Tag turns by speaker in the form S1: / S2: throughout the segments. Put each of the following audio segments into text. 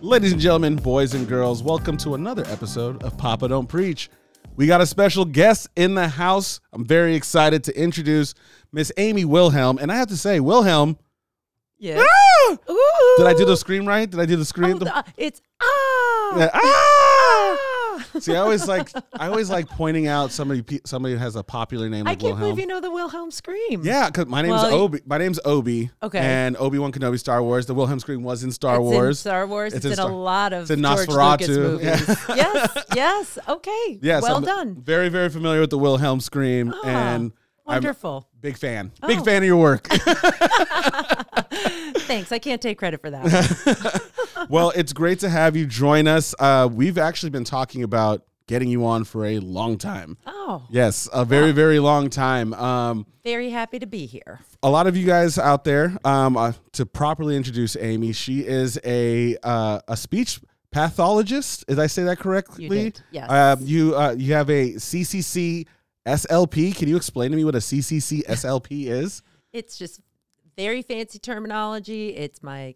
S1: Ladies and gentlemen, boys and girls, welcome to another episode of Papa Don't Preach. We got a special guest in the house. I'm very excited to introduce Miss Amy Wilhelm. And I have to say, Wilhelm,
S2: Yes.
S1: ah!
S2: Ooh.
S1: did I do the scream right? Did I do the scream?
S2: Oh, the- uh, it's ah.
S1: Yeah, ah!
S2: Ah.
S1: See, I always like I always like pointing out somebody pe- somebody who has a popular name
S2: I
S1: like
S2: can't
S1: Wilhelm.
S2: believe you know the Wilhelm scream.
S1: Yeah, because my name's
S2: Well, y-
S1: Obi. My name's Obi.
S2: Okay.
S1: And Obi Wan Kenobi, Star Wars. The Wilhelm scream was in Star
S2: It's
S1: Wars.
S2: In Star Wars.
S1: It's
S2: It's,
S1: in
S2: in,
S1: Star-
S2: a lot of
S1: it's in
S2: George
S1: Nosferatu.
S2: Lucas movies.
S1: Yeah.
S2: yes. Yes. Okay.
S1: Yes,
S2: well
S1: I'm
S2: done.
S1: Very, very familiar with the Wilhelm scream,
S2: Ah,
S1: and
S2: Wonderful.
S1: I'm a big fan. Big
S2: Oh.
S1: fan of your work.
S2: Thanks. I can't take credit for that. one.
S1: well, it's great to have you join us. Uh, we've actually been talking about getting you on for a long time.
S2: Oh,
S1: Yes, a very, very long time. Um,
S2: very happy to be here.
S1: a lot of you guys out there, um, uh, to properly introduce Amy, she is a uh, a speech pathologist. Did I say that correctly?
S2: You did, yes.
S1: Um, you uh, you have a CCC SLP. Can you explain to me what a CCC SLP is?
S2: It's just very fancy terminology. It's my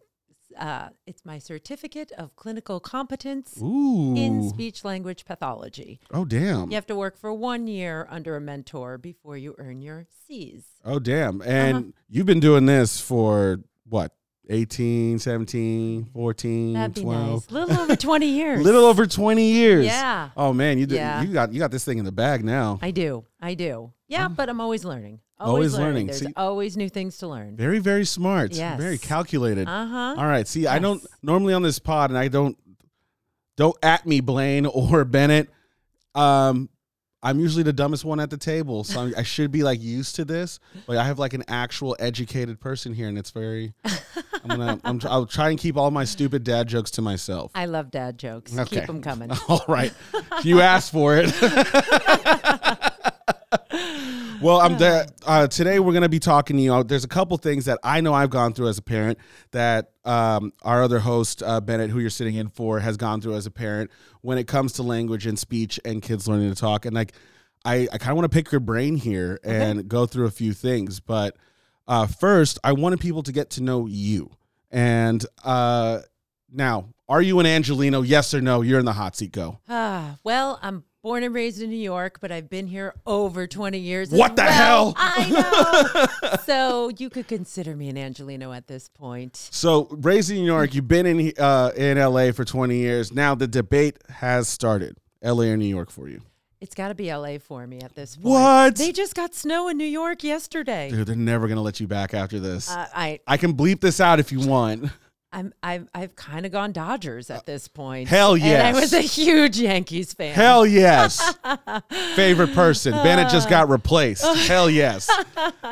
S2: uh, it's my certificate of clinical competence
S1: Ooh.
S2: in speech language pathology.
S1: oh damn.
S2: You have to work for one year under a mentor before you earn your C's.
S1: Oh damn.
S2: Uh-huh.
S1: And you've been doing this for what? 18, 17, 14,
S2: That'd be
S1: 12.
S2: nice. little over 20 years.
S1: Little over 20 years.
S2: Yeah.
S1: Oh man, you did,
S2: Yeah.
S1: you got you got this thing in the bag now.
S2: I do. I do. Yeah, but I'm always learning.
S1: Always learning.
S2: There's
S1: See-
S2: always new things to learn.
S1: Very, very smart.
S2: Yes.
S1: Very calculated.
S2: Uh huh.
S1: All right. See, I don't
S2: Yes.
S1: normally on this pod, and I don't don't at me Blaine or Bennett. Um, I'm usually the dumbest one at the table, so I'm, I should be like used to this. But I have like an actual educated person here, and it's very. I'm gonna. I'm, tr- I'll try and keep all my stupid dad jokes to myself.
S2: I love dad jokes.
S1: Okay.
S2: Keep them coming.
S1: All right. You asked for it. well, I'm da- uh, today we're going to be talking to you. Uh, There's a couple things that I know I've gone through as a parent that um, our other host, uh, Bennett, who you're sitting in for, has gone through as a parent when it comes to language and speech and kids learning to talk. And like, I, I kind of want to pick your brain here and go through a few things. But uh, first, I wanted people to get to know you. And uh, now, are you an Angelino? Yes or no? You're in the hot seat. Go.
S2: Ah, well, I'm born and raised in New York, but I've been here over 20 years. as
S1: What the
S2: well.
S1: hell?
S2: I know. so you could consider me an Angelino at this point.
S1: So, raised in New York, you've been in uh, in LA for 20 years. Now the debate has started. LA or New York for you?
S2: It's got to be LA for me at this point.
S1: What?
S2: They just got snow in New York yesterday.
S1: Dude, they're never gonna let you back after this.
S2: Uh, I
S1: I can bleep this out if you want.
S2: I'm I've I've kind of gone Dodgers at this point.
S1: hell
S2: And I
S1: yes.
S2: was a huge Yankees fan.
S1: Hell yes. Favorite person. Bennett just got replaced. Hell yes.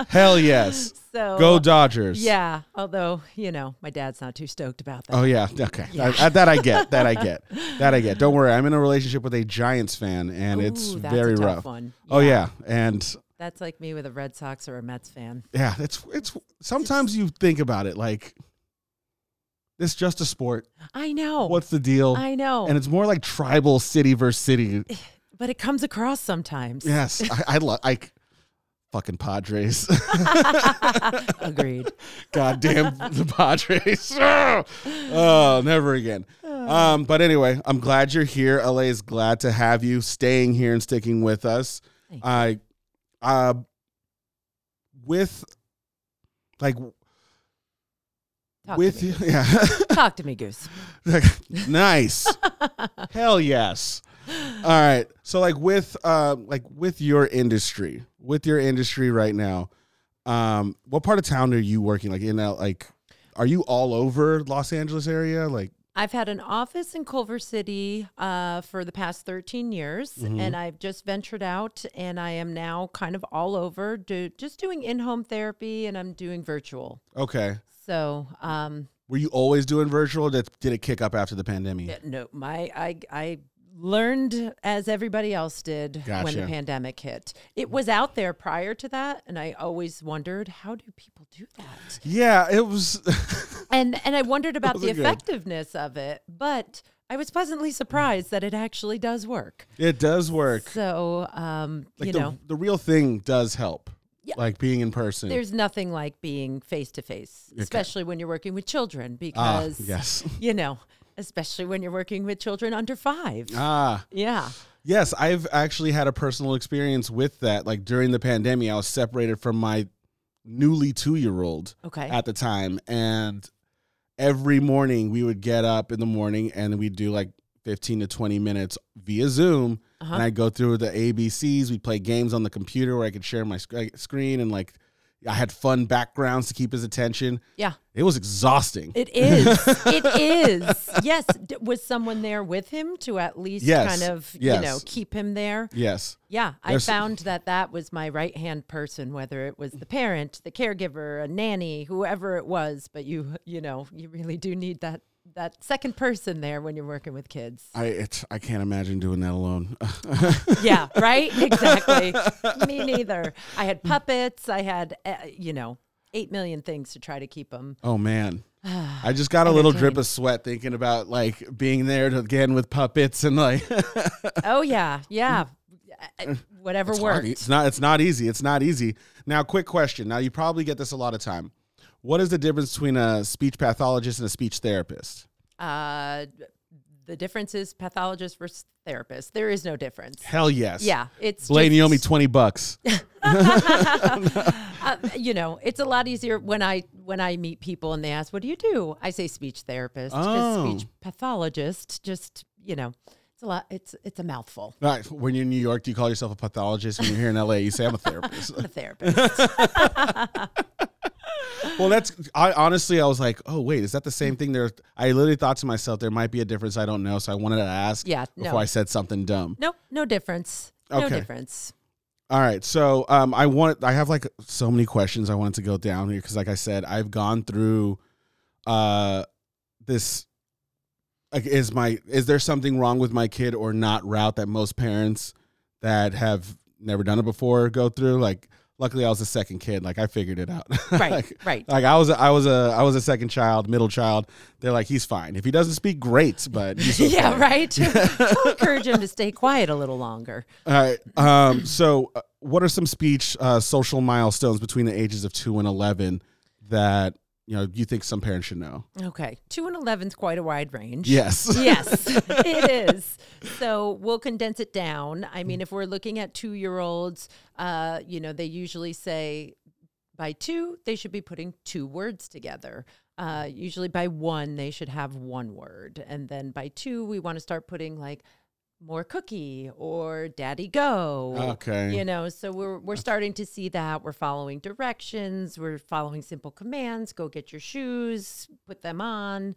S1: Hell yes.
S2: so
S1: Go Dodgers.
S2: Yeah, although you know my dad's not too stoked about that.
S1: Oh yeah. Okay. I- I- that I get. That I get. That I get. Don't worry. I'm in a relationship with a Giants fan, and it's
S2: Ooh, that's a
S1: very
S2: tough
S1: rough.
S2: one.
S1: Oh yeah. And
S2: That's like me with a Red Sox or a Mets fan.
S1: yeah, it's it's. Sometimes you think about it like, it's just a sport.
S2: I know.
S1: What's the deal?
S2: Oh, I know.
S1: And it's more like tribal city versus city.
S2: but it comes across sometimes.
S1: Yes, I, I love I fucking Padres.
S2: Agreed.
S1: Goddamn the Padres. oh, never again.
S2: Oh.
S1: Um, but anyway, I'm glad you're here. LA is glad to have you staying here and sticking with us.
S2: Thank you.
S1: I, uh, with like
S2: Talk
S1: with
S2: to me.
S1: you, yeah.
S2: Talk to me, Goose.
S1: nice. Hell yes. All right. So like with uh like with your industry, with your industry right now, um, what part of town are you working? Like in that like are you all over Los Angeles area? Like
S2: I've had an office in Culver City uh, for the past 13 years,
S1: Mm-hmm.
S2: and I've just ventured out, and I am now kind of all over, do, just doing in-home therapy, and I'm doing virtual.
S1: okay.
S2: So, um,
S1: Were you always doing virtual? Did, did it kick up after the pandemic?
S2: yeah, no, my I I learned as everybody else did when
S1: Gotcha.
S2: the pandemic hit. It was out there prior to that, and I always wondered how do people do that,
S1: Yeah, it was
S2: and and I wondered about the
S1: Those are good.
S2: effectiveness of it, but. I was pleasantly surprised that it actually does work.
S1: it does work.
S2: So, um,
S1: Like
S2: you
S1: the,
S2: know,
S1: the real thing does help.
S2: Yeah.
S1: Like being in person.
S2: there's nothing like being face to face, especially when you're working with children,
S1: ah,
S2: because
S1: yes.
S2: you know especially when you're working with children under five.
S1: Ah,
S2: yeah.
S1: Yes, I've actually had a personal experience with that. Like during the pandemic, I was separated from my newly two year old
S2: Okay.
S1: at the time. And every morning we would get up in the morning and we'd do like 15 to 20 minutes via Zoom.
S2: Uh-huh.
S1: And I'd go through the ABCs. We'd play games on the computer where I could share my sc- like, screen and like I had fun backgrounds to keep his attention.
S2: yeah.
S1: It was exhausting.
S2: It is. it is. Yes. D- was someone there with him to at least
S1: Yes.
S2: kind of,
S1: Yes.
S2: you know, keep him there?
S1: yes.
S2: Yeah. I
S1: There's-
S2: found that that was my right hand person, whether it was the parent, the caregiver, a nanny, whoever it was. But you, you know, you really do need that that second person there when you're working with kids.
S1: I, it's, I can't imagine doing that alone.
S2: yeah. Right. Exactly. Me neither. I had puppets. I had, uh, you know, eight million things to try to keep them.
S1: Oh man. I just got a little drip of sweat thinking about like being there to, again with puppets and like
S2: Oh yeah, yeah. Uh, Whatever
S1: hard.
S2: worked.
S1: It's not it's not easy. It's not easy. Now, quick question. Now you probably get this a lot of time. What is the difference between a speech pathologist and a speech therapist?
S2: Uh, the difference is pathologist versus therapist. There is no difference.
S1: Hell yes.
S2: Yeah, it's
S1: Blaine, you owe me
S2: just,
S1: twenty bucks.
S2: uh, you know, it's a lot easier when I when I meet people and they ask, "What do you do?" I say speech therapist 'cause
S1: Oh.
S2: speech pathologist. Just you know, it's a lot. It's it's a mouthful.
S1: All right, when you're in New York, do you call yourself a pathologist? When you're here in LA, you say I'm a therapist.
S2: I'm a therapist.
S1: well, that's I honestly I was like, oh wait, is that the same thing? There, I literally thought to myself, there might be a difference. I don't know, so I wanted to ask
S2: Yeah, no.
S1: before I said something dumb.
S2: nope, no difference. No
S1: Okay.
S2: difference.
S1: All right, so um, I want I have like so many questions I wanted to go down here because, like I said, I've gone through uh, this. Like, is my is there something wrong with my kid or not route that most parents that have never done it before go through? Like, luckily, I was the second kid. Like, I figured it out.
S2: Right,
S1: like,
S2: right.
S1: Like, I was I was a I was a second child, middle child. They're like, he's fine if he doesn't speak, great, but he's okay.
S2: Yeah, right. I'll encourage him to stay quiet a little longer.
S1: All right. Um, so, uh, what are some speech uh, social milestones between the ages of two and eleven that you know you think some parents should know?
S2: Okay, two and eleven's quite a wide range.
S1: Yes.
S2: yes, it is. So we'll condense it down. I mean, if we're looking at two year olds, uh, you know, they usually say by two, they should be putting two words together. Uh, usually by one, they should have one word. And then by two, we want to start putting like more cookie or daddy go.
S1: Okay.
S2: You know, so we're we're starting to see that we're following directions, we're following simple commands. Go get your shoes, put them on.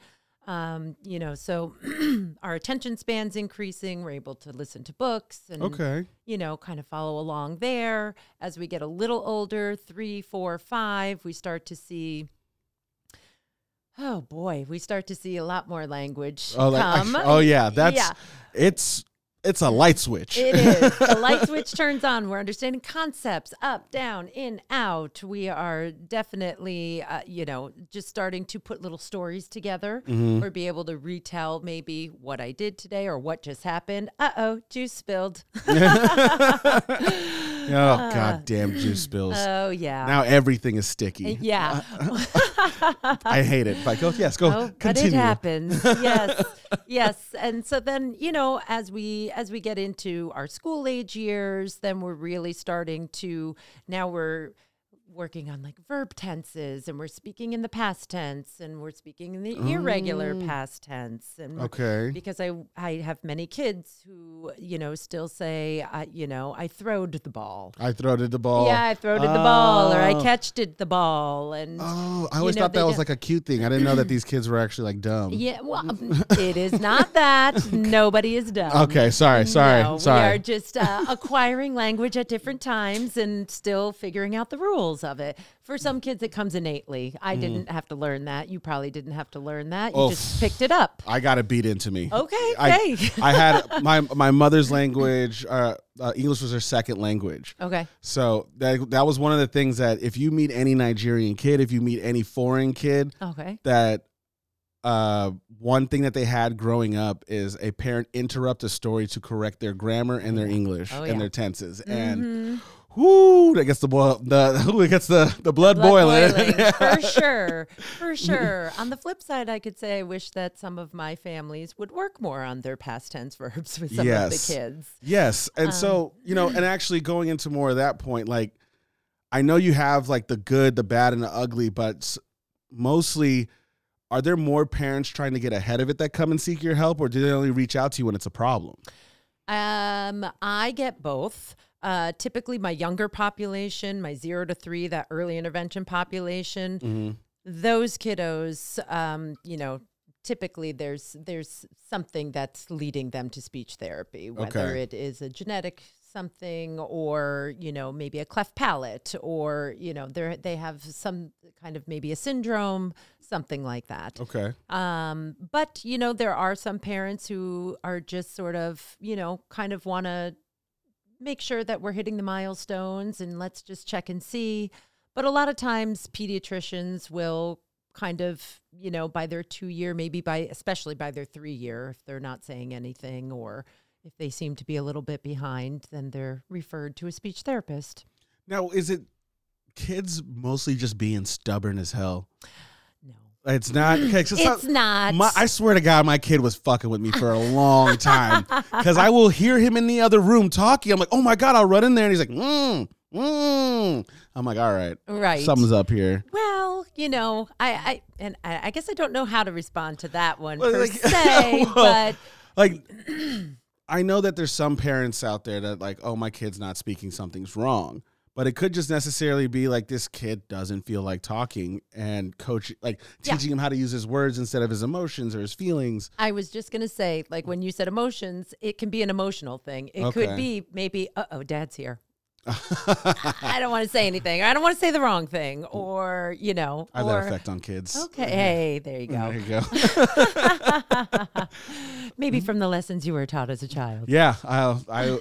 S2: Um, you know, so our attention spans increasing. We're able to listen to books and
S1: Okay.
S2: you know, kind of follow along there. As we get a little older, three, four, five, we start to see. Oh boy, we start to see a lot more language
S1: Oh, like,
S2: come.
S1: oh yeah. That's
S2: Yeah.
S1: it's it's a light switch.
S2: It is. The light switch turns on. We're understanding concepts up, down, in, out. We are definitely, uh, you know, just starting to put little stories together or be able to retell maybe what I did today or what just happened. Uh oh, juice spilled.
S1: oh goddamn juice spills.
S2: oh, yeah.
S1: now everything is sticky.
S2: yeah.
S1: I hate it. But go yes, go
S2: Oh, but it
S1: continue.
S2: happens. Yes, yes. And so then you know, as we as we get into our school age years, then we're really starting to now we're working on like verb tenses, and we're speaking in the past tense, and we're speaking in the irregular past tense, and
S1: Mm.
S2: we're-
S1: Okay.
S2: Because I I have many kids who you know still say I you know I throwed the ball.
S1: I throwed it the ball.
S2: Yeah, I throwed the ball, or I
S1: Oh.
S2: catched it the ball, and
S1: Oh, I
S2: You
S1: always
S2: know,
S1: thought
S2: they
S1: that was
S2: don't-
S1: like a cute thing. I didn't know that these kids were actually like dumb.
S2: Yeah, well, um, it is not that. Nobody is dumb.
S1: Okay, sorry, Oh, sorry,
S2: No, We
S1: sorry.
S2: are just uh, acquiring language at different times and still figuring out the rules of it. For some kids, it comes innately. I
S1: Mm.
S2: didn't have to learn that. You probably didn't have to learn that. You
S1: Oh.
S2: just picked it up.
S1: I got it beat into me.
S2: Okay,
S1: I,
S2: hey.
S1: I had my my mother's language. Uh, uh, English was her second language.
S2: Okay.
S1: So that that was one of the things that if you meet any Nigerian kid, if you meet any foreign kid,
S2: Okay.
S1: that uh, one thing that they had growing up is a parent interrupt a story to correct their grammar and their English
S2: Oh,
S1: and
S2: yeah. Mm-hmm.
S1: their tenses. And Woo! That gets the blood. The who gets the the blood, boiling.
S2: for sure. For sure. On the flip side, I could say I wish that some of my families would work more on their past tense verbs with some
S1: Yes.
S2: of the kids.
S1: Yes. And so, you know, and actually going into more of that point, like, I know you have like the good, the bad, and the ugly, but s- mostly are there more parents trying to get ahead of it that come and seek your help, or do they only reach out to you when it's a problem?
S2: Um, I get both. Uh, typically, my younger population, my zero to three, that early intervention population, those kiddos, um, you know, typically there's there's something that's leading them to speech therapy, whether
S1: Okay.
S2: it is a genetic something or you know maybe a cleft palate or you know they they have some kind of maybe a syndrome, something like that.
S1: Okay.
S2: Um, but you know, there are some parents who are just sort of, you know, kind of want to make sure that we're hitting the milestones and let's just check and see. But a lot of times, pediatricians will kind of, you know, by their two year, maybe by, especially by their three year, if they're not saying anything or if they seem to be a little bit behind, then they're referred to a speech therapist.
S1: Now, is it kids mostly just being stubborn as hell?
S2: No,
S1: It's not. Okay, 'cause
S2: it's
S1: some-
S2: not.
S1: My, I swear to God, my kid was fucking with me for a long time because I will hear him in the other room talking. I'm like, oh my God, I'll run in there. And he's like, mm, mm. I'm like, all right,
S2: right.
S1: something's up here.
S2: Well, you know, I, I and I, I guess I don't know how to respond to that one
S1: Well,
S2: per
S1: like-
S2: se,
S1: well-
S2: but
S1: Like, I know that there's some parents out there that, like, oh, my kid's not speaking, something's wrong. But it could just necessarily be like this kid doesn't feel like talking and coach, like
S2: Yeah.
S1: teaching him how to use his words instead of his emotions or his feelings.
S2: I was just gonna say, like when you said emotions, it can be an emotional thing. It
S1: Okay.
S2: could be maybe, uh oh, dad's here. I don't want to say anything. Or I don't want to say the wrong thing, or you know,
S1: I have
S2: or
S1: Mm.
S2: Oh,
S1: that Mm-hmm. effect on kids.
S2: okay, hey, there you go.
S1: There you go. Mm-hmm.
S2: Maybe from the lessons you were taught as a child.
S1: Yeah, I, I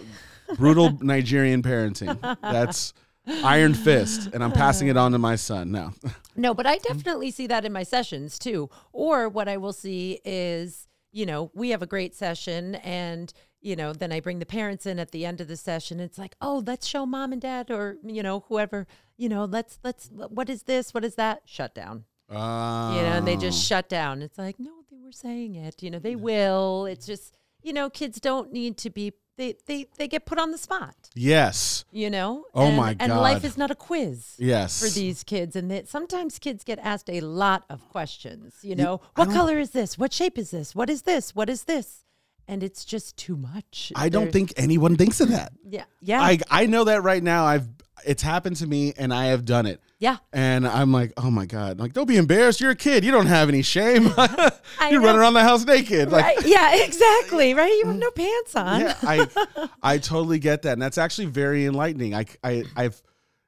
S1: brutal Nigerian parenting. That's iron fist, and I'm passing it on to my son now.
S2: No, but
S1: Mm.
S2: I definitely see that in my sessions too. Or what I will see is, you know, we have a great session and, you know, then I bring the parents in at the end of the session. It's like, oh, let's show mom and dad or, you know, whoever, you know, let's, let's, what is this? What is that? Shut down.
S1: Uh,
S2: You know, and they just shut down. It's like, no, they were saying it. You know, they will. It's just, you know, kids don't need to be, they, they, they get put on the spot,
S1: yes,
S2: you know?
S1: Oh
S2: and,
S1: my
S2: And life
S1: God.
S2: is not a quiz
S1: yes.
S2: for these kids and that sometimes kids get asked a lot of questions you know what color is this what shape is this what is this what is this and it's just too much
S1: I don't
S2: They're-
S1: think anyone thinks of that.
S2: yeah yeah
S1: I I know that right now. I've it's happened to me, and I have done it.
S2: yeah
S1: And I'm like, oh my god! Like, don't be embarrassed. You're a kid. You don't have any shame. you
S2: know.
S1: run around the house naked. Like,
S2: Right? yeah exactly right you have no pants on
S1: yeah, I I totally get that, and that's actually very enlightening. I I I've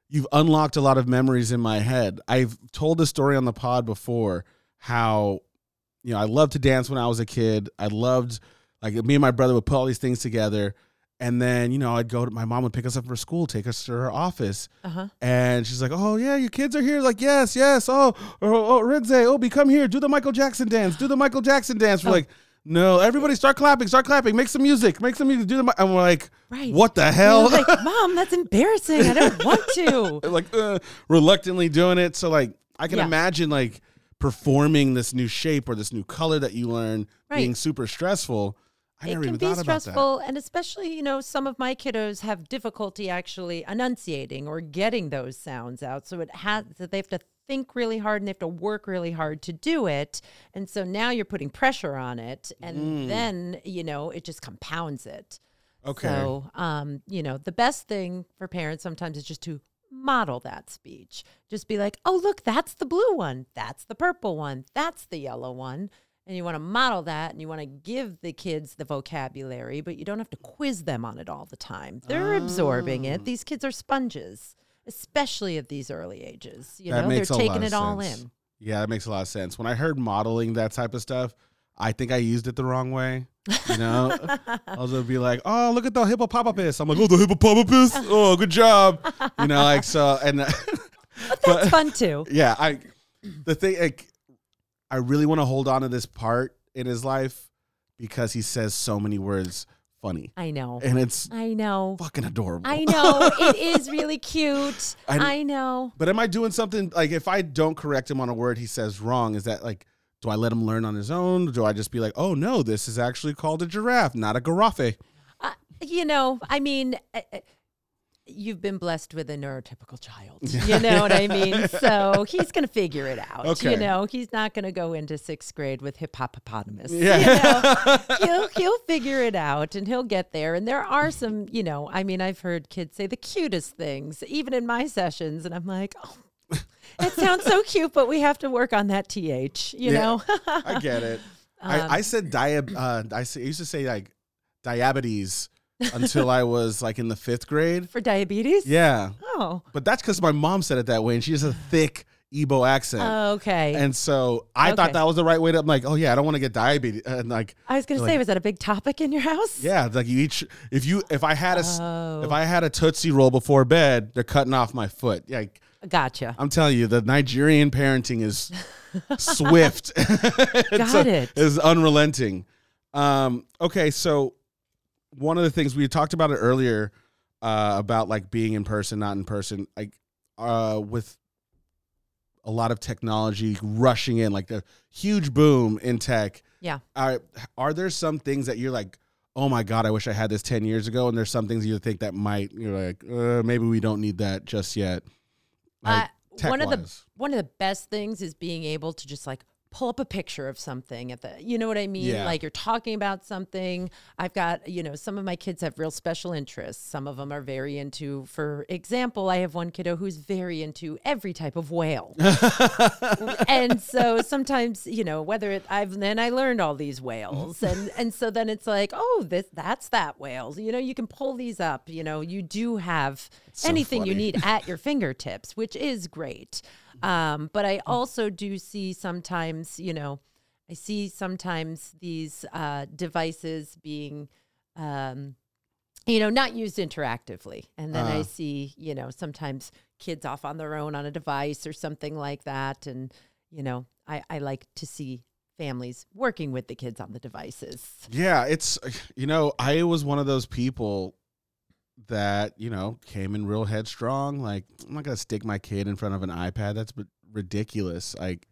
S1: you've unlocked a lot of memories in my head. I've told the story on the pod before how you know I loved to dance when I was a kid. I loved like me and my brother would put all these things together, and then you know I'd go to my mom would pick us up from school, take us to her office,
S2: uh-huh
S1: and she's like, "Oh yeah, your kids are here." Like, yes, yes. Oh, oh, oh Renze, Obi, come here. Do the Michael Jackson dance. Do the Michael Jackson dance.
S2: Oh.
S1: We're like, no, everybody, start clapping, start clapping. Make some music. Make some music. Do the. mi-" And we're like,
S2: Right.
S1: what the
S2: I
S1: hell?
S2: was like mom that's embarrassing i don't want to
S1: like uh, reluctantly doing it. So like, I can
S2: Yeah.
S1: imagine like performing this new shape or this new color that you learn
S2: Right.
S1: being super stressful. I
S2: it
S1: never
S2: can
S1: even
S2: be
S1: thought about
S2: stressful and especially you know some of my kiddos have difficulty actually enunciating or getting those sounds out so it has that they have to think really hard and they have to work really hard to do it and so now you're putting pressure on it and
S1: Mm.
S2: then you know it just compounds it
S1: that. Okay.
S2: so um you know the best thing for parents sometimes is just to model that speech just be like oh look that's the blue one that's the purple one that's the yellow one and you want to model that and you want to give the kids the vocabulary but you don't have to quiz them on it all the time they're absorbing
S1: Oh.
S2: it these kids are sponges especially at these early ages you know they're taking it all
S1: sense.
S2: in
S1: Yeah, that makes a lot of sense. When I heard modeling that type of stuff, I think I used it the wrong way. You know, I was gonna be like, "Oh, look at the hippopotamus." I'm like, "Oh, the hippopotamus! Oh, good job!" You know, like so. And uh,
S2: but that's fun too
S1: yeah, I the thing like, I really want to hold on to this part in his life because he says so many words funny.
S2: I know.
S1: And it's
S2: I know.
S1: fucking adorable.
S2: I know. it is really cute.
S1: I'm-
S2: I know.
S1: But am I doing something like if I don't correct him on a word he says wrong, is that like do I let him learn on his own? Do I just be like, oh no, this is actually called a giraffe, not a garaffe?
S2: Uh, you know, I mean, uh, uh, you've been blessed with a neurotypical child. You know what I mean? So he's going to figure it out.
S1: Okay.
S2: You know, he's not going to go into sixth grade with hippopotamus.
S1: Yeah.
S2: You know, he'll, he'll figure it out and he'll get there. And there are some, you know, I mean, I've heard kids say the cutest things, even in my sessions. And I'm like, oh, it sounds so cute, but we have to work on that TH, you
S1: Yeah.
S2: know?
S1: I get it. I, I said diab. Uh, I s- I used to say like diabetes until I was like in the fifth grade.
S2: For diabetes?
S1: Yeah,
S2: Oh,
S1: but that's because my mom said it that way, and she has a thick Igbo accent.
S2: Oh, okay.
S1: and so I thought
S2: Okay.
S1: that was the right way to. I'm like, oh yeah, I don't want to get diabetes. And like,
S2: I was going to
S1: Like-
S2: say, was that a big topic in your house?
S1: yeah, it's like you eat. sh- If you, if I had a, s-
S2: Oh.
S1: if I had a tootsie roll before bed, they're cutting off my foot. Like
S2: Gotcha.
S1: I'm telling you, the Nigerian parenting is swift. It's
S2: Got it.
S1: Is unrelenting. Um, okay, so one of the things we talked about it earlier uh, about like being in person, not in person, like uh, with a lot of technology rushing in, like the huge boom in tech.
S2: Yeah.
S1: Are are there some things that you're like, oh my god, I wish I had this ten years ago, and there's some things you think that might you're like, uh, maybe we don't need that just yet. Like,
S2: Uh, one of the
S1: tech-wise.
S2: one of the best things is being able to just like pull up a picture of something at the you know what I mean?
S1: Yeah.
S2: Like you're talking about something. I've got, you know, some of my kids have real special interests. Some of them are very into, for example, I have one kiddo who's very into every type of whale. and so sometimes you know whether it I've then I learned all these
S1: Mm-hmm.
S2: whales and and so then it's like oh this that's that whales you know you can pull these up you know you do have
S1: so
S2: anything you
S1: funny.
S2: need at your fingertips which is great um, but
S1: Mm.
S2: I also do see sometimes you know I see sometimes these uh, devices being um, you know, not used interactively. And then
S1: Uh.
S2: I see, you know, sometimes kids off on their own on a device or something like that. And, you know, I, I like to see families working with the kids on the devices.
S1: Yeah, it's you know, I was one of those people that, you know, came in real headstrong. Like, I'm not gonna stick my kid in front of an iPad. That's ri- ridiculous. Like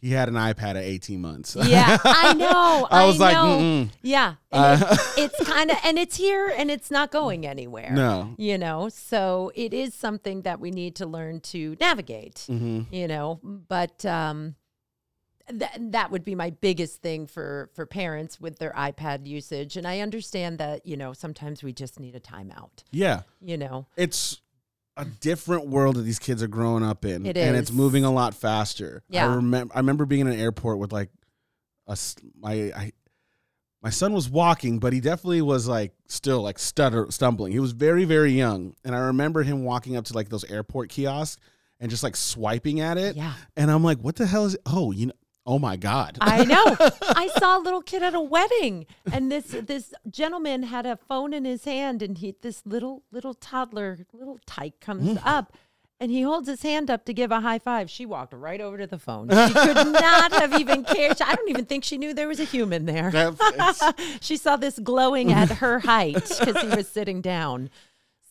S1: he had an iPad at 18 months.
S2: Yeah, I know.
S1: I was like,
S2: know.
S1: Mm-mm.
S2: yeah. And
S1: Uh,
S2: it- it's kind of, and it's here and it's not going anywhere.
S1: no.
S2: You know, so it is something that we need to learn to navigate.
S1: hmm
S2: you know but um th- that would be my biggest thing for for parents with their ipad usage and i understand that you know sometimes we just need a timeout
S1: Yeah,
S2: you know
S1: it's a different world that these kids are growing up in,
S2: It
S1: and it's
S2: is.
S1: moving a lot faster. I
S2: Yeah.
S1: remember. I remember being in an airport with like us. My I, my son was walking, but he definitely was like still like stutter stumbling. He was very very young, and I remember him walking up to like those airport kiosks and just like swiping at it.
S2: yeah
S1: And I'm like, what the hell is? Oh, you know. Oh my god.
S2: i know i saw a little kid at a wedding and this this gentleman had a phone in his hand and he this little little toddler little tyke
S1: Mm.
S2: comes up and he holds his hand up to give a high five. She walked right over to the phone. She could not have even cared. I don't even think she knew there was a human there.
S1: That's- it's,
S2: she saw this glowing at her height because he was sitting down.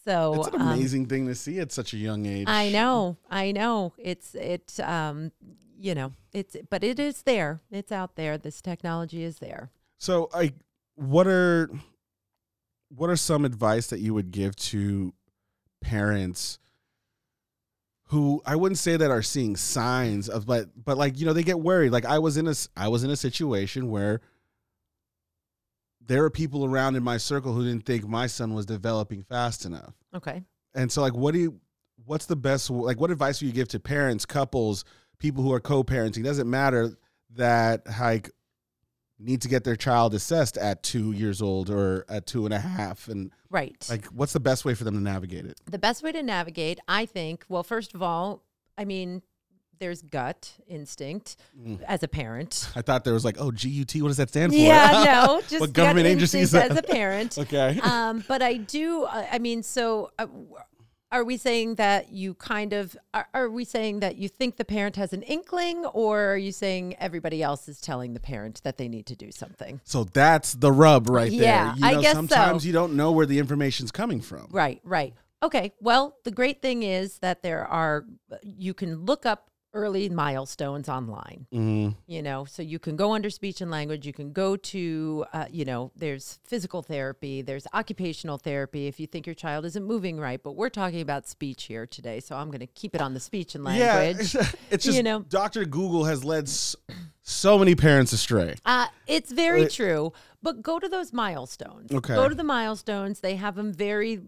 S2: So
S1: it's an
S2: um,
S1: amazing thing to see at such a young age.
S2: I know, I know. It's it, um, you know, it's but it is there. It's out there. This technology is there.
S1: So, I what are what are some advice that you would give to parents who I wouldn't say that are seeing signs of but but like you know they get worried. Like I was in a s- I was in a situation where there are people around in my circle who didn't think my son was developing fast enough.
S2: Okay.
S1: And so like what do you what's the best like what advice would you give to parents, couples, people who are co-parenting? Doesn't matter that like need to get their child assessed at two years old or at two and a half and
S2: Right.
S1: like what's the best way for them to navigate it?
S2: the best way to navigate, I think, well, first of all, I mean, there's gut instinct
S1: Mm.
S2: as a parent.
S1: I thought there was like, oh GUT, what does that stand for?
S2: Yeah, Um, no, just
S1: What
S2: gut
S1: government agency is
S2: instinct
S1: that?
S2: as a parent.
S1: okay.
S2: um, but I do. Uh, I mean, so uh, w- Are we saying that you kind of are, are we saying that you think the parent has an inkling or are you saying everybody else is telling the parent that they need to do something?
S1: So that's the rub right there.
S2: Yeah,
S1: you know,
S2: I guess so.
S1: sometimes you don't know where the information's coming from.
S2: Right, right. Okay. Well, the great thing is that there are you can look up early milestones online.
S1: Mm,
S2: you know so you can go under speech and language you can go to uh, you know there's physical therapy there's occupational therapy if you think your child isn't moving right but we're talking about speech here today so i'm going to keep it on the speech and
S1: yeah,
S2: language
S1: it's, it's just
S2: you know.
S1: Dr. Google has led s- so many parents astray.
S2: Uh, it's very
S1: Uh,
S2: true, but go to those milestones.
S1: Okay.
S2: Go to the milestones. They have them very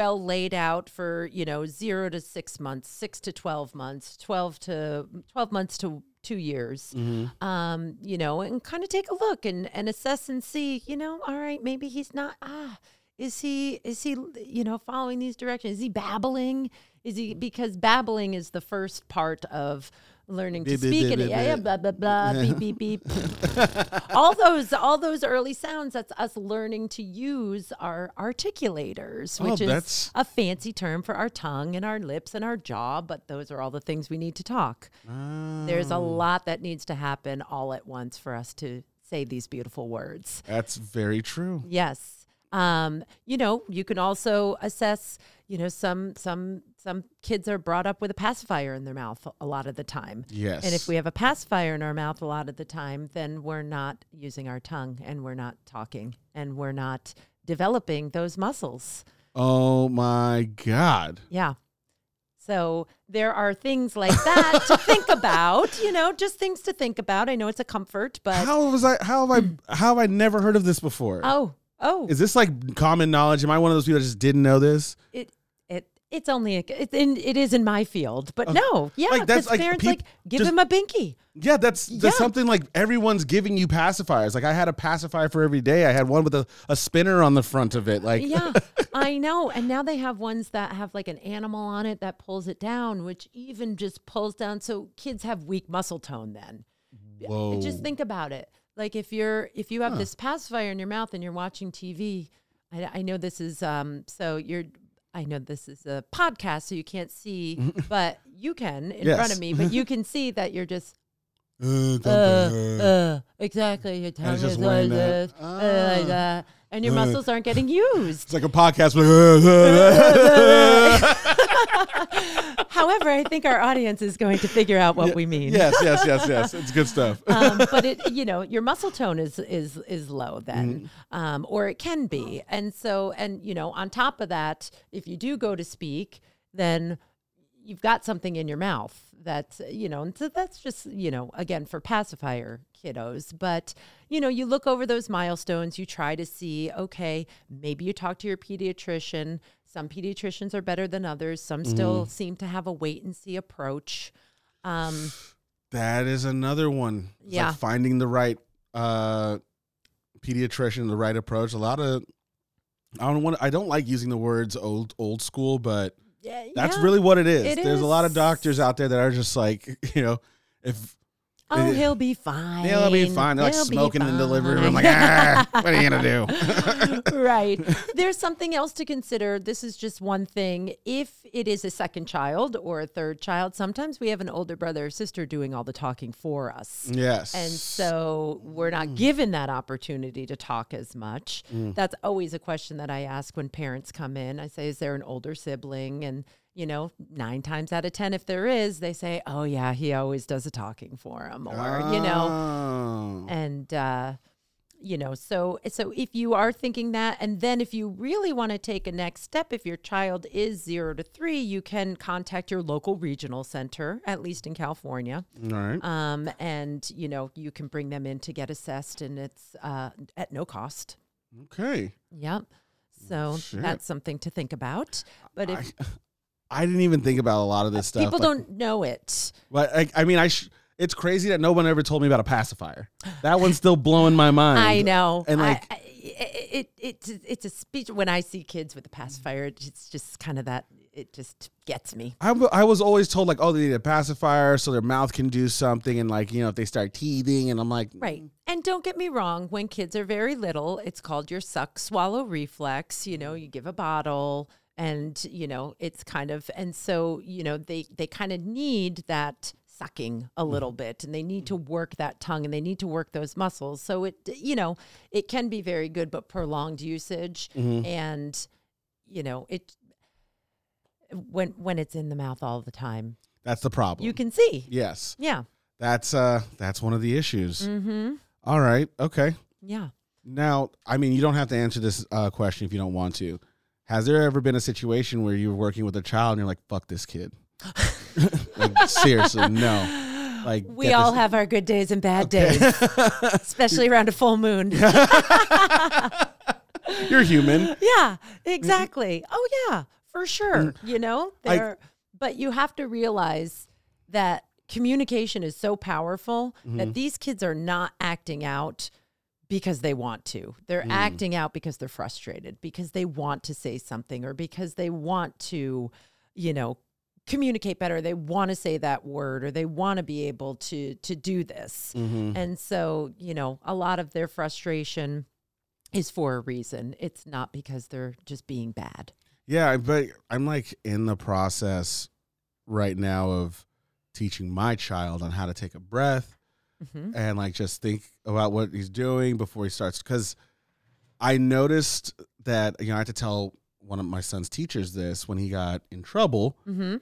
S2: well laid out for, you know, zero to six months, six to 12 months, 12 to 12 months to two years.
S1: Mm-hmm.
S2: Um, you know, and kind of take a look and, and assess and see, you know, all right, maybe he's not, ah, is he, is he, you know, following these directions? Is he babbling? Is he, because babbling is the first part of learning to
S1: Beep, beep,
S2: speak.
S1: beep,
S2: and
S1: beep,
S2: yeah, yeah,
S1: beep.
S2: blah, blah, blah, beep, beep, beep all those all those early sounds that's us learning to use our articulators
S1: Oh,
S2: which is
S1: that's-
S2: a fancy term for our tongue and our lips and our jaw but those are all the things we need to talk there's a
S1: Oh.
S2: lot that needs to happen all at once for us to say these beautiful words
S1: That's very true.
S2: Yes. Um, you know, you can also assess, you know, some some some kids are brought up with a pacifier in their mouth a lot of the time.
S1: Yes.
S2: And if we have a pacifier in our mouth a lot of the time, then we're not using our tongue and we're not talking and we're not developing those muscles.
S1: Oh my God.
S2: Yeah. So there are things like that to think about, you know, just things to think about. I know it's a comfort, but
S1: How was I? How have I? How have I never heard of this before?
S2: oh, oh,
S1: Is this like common knowledge? Am I one of those people that just didn't know this?
S2: it it it's only a, it's in it is in my field, but no, yeah,
S1: Uh, like, that's,
S2: because
S1: like,
S2: parents
S1: peop-
S2: like give
S1: just-
S2: him a binky.
S1: Yeah, that's that's
S2: Yeah.
S1: something like everyone's giving you pacifiers. Like I had a pacifier for every day. I had one with a, a spinner on the front of it. Like
S2: Yeah, I know. And now they have ones that have like an animal on it that pulls it down, which even just pulls down. So kids have weak muscle tone then.
S1: whoa.
S2: Just think about it. Like if you're if you have this pacifier in your mouth and you're watching TV, I, I know this is um so you're I know this is a podcast so you can't see, but you can in front
S1: Yes.
S2: of me, but you can see that you're just
S1: Uh, don't-
S2: uh, uh, exactly. Your tongue
S1: it's just Ah.
S2: is like
S1: weighing up.
S2: this, uh, like that, and your
S1: Uh.
S2: muscles aren't getting used.
S1: it's like a podcast. With, uh, uh, uh.
S2: However, I think our audience is going to figure out what we mean.
S1: yes, yes, yes, yes. It's good stuff.
S2: um, but it, you know, your muscle tone is is is low then, um, or it can be, and so and you know, on top of that, if you do go to speak, then you've got something in your mouth that's you know, and so that's just you know, again for pacifier kiddos. But you know, you look over those milestones, you try to see, okay, maybe you talk to your pediatrician. Some pediatricians are better than others. Some still seem to have a wait and see approach. Um,
S1: That is another one. It's
S2: Yeah.
S1: Like finding the right uh pediatrician, the right approach. A lot of I don't want I don't like using the words old old school, but
S2: yeah,
S1: that's
S2: yeah.
S1: really what it is.
S2: It
S1: There's a lot of
S2: is.
S1: doctors out there that are just like, you know, if
S2: Oh,
S1: It-
S2: he'll be fine.
S1: they'll be fine, they're like
S2: He'll be
S1: smoking in the living room. I'm like,
S2: fine.
S1: ah, what are you gonna do?
S2: right. There's something else to consider. This is just one thing. If it is a second child or a third child, sometimes we have an older brother or sister doing all the talking for us.
S1: yes.
S2: And so we're not
S1: Mm.
S2: given that opportunity to talk as much. That's always a question that I ask when parents come in. I say, Is there an older sibling? And, you know, nine times out of 10, if there is, they say, Oh, yeah, he always does the talking for him. Or, you know,
S1: know.
S2: and uh, you know so so if you are thinking that and then if you really want to take a next step if your child is zero to three you can contact your local regional center at least in california
S1: All right.
S2: um, and you know you can bring them in to get assessed and it's uh, at no cost
S1: Okay.
S2: yep so
S1: Shit.
S2: that's something to think about but if
S1: I didn't even think about a lot of this stuff.
S2: people
S1: like-
S2: don't know it
S1: But I, I mean, I sh- it's crazy that no one ever told me about a pacifier. That one's still blowing my mind.
S2: I know.
S1: And,
S2: I-
S1: like-
S2: I, it, it, it's it's a speech. When I see kids with a pacifier, it's just kind of that. It just gets me.
S1: I, w- I was always told like, oh, they need a pacifier so their mouth can do something, and like you know if they start teething, and I'm like,
S2: Right. And don't get me wrong, when kids are very little, it's called your suck swallow reflex. You know, you give a bottle, and you know it's kind of and so you know they they kind of need that sucking a little bit and they need to work that tongue and they need to work those muscles so it you know it can be very good but prolonged usage and you know it when when it's in the mouth all the time
S1: That's the problem.
S2: you can see
S1: yes,
S2: yeah
S1: that's uh, that's one of the issues.
S2: Mm-hmm.
S1: All right, okay.
S2: yeah
S1: Now, I mean, you don't have to answer this uh, question if you don't want to. Has there ever been a situation where you're working with a child and you're like, "Fuck this kid"? Like, seriously, no. Like
S2: we
S1: get
S2: all
S1: this-
S2: have our good days and bad days especially around a full moon
S1: You're human.
S2: Yeah, exactly. Oh yeah, for sure. You know,
S1: I-
S2: there but you have to realize that communication is so powerful that these kids are not acting out because they want to. They're acting out because they're frustrated, because they want to say something or because they want to, you know, communicate better. They want to say that word or they want to be able to to do this. And so, you know, a lot of their frustration is for a reason. It's not because they're just being bad.
S1: Yeah, but I'm like in the process right now of teaching my child on how to take a breath
S2: Mm-hmm.
S1: and like just think about what he's doing before he starts. Because I noticed that you know I had to tell one of my son's teachers this when he got in trouble.
S2: Mm-hmm.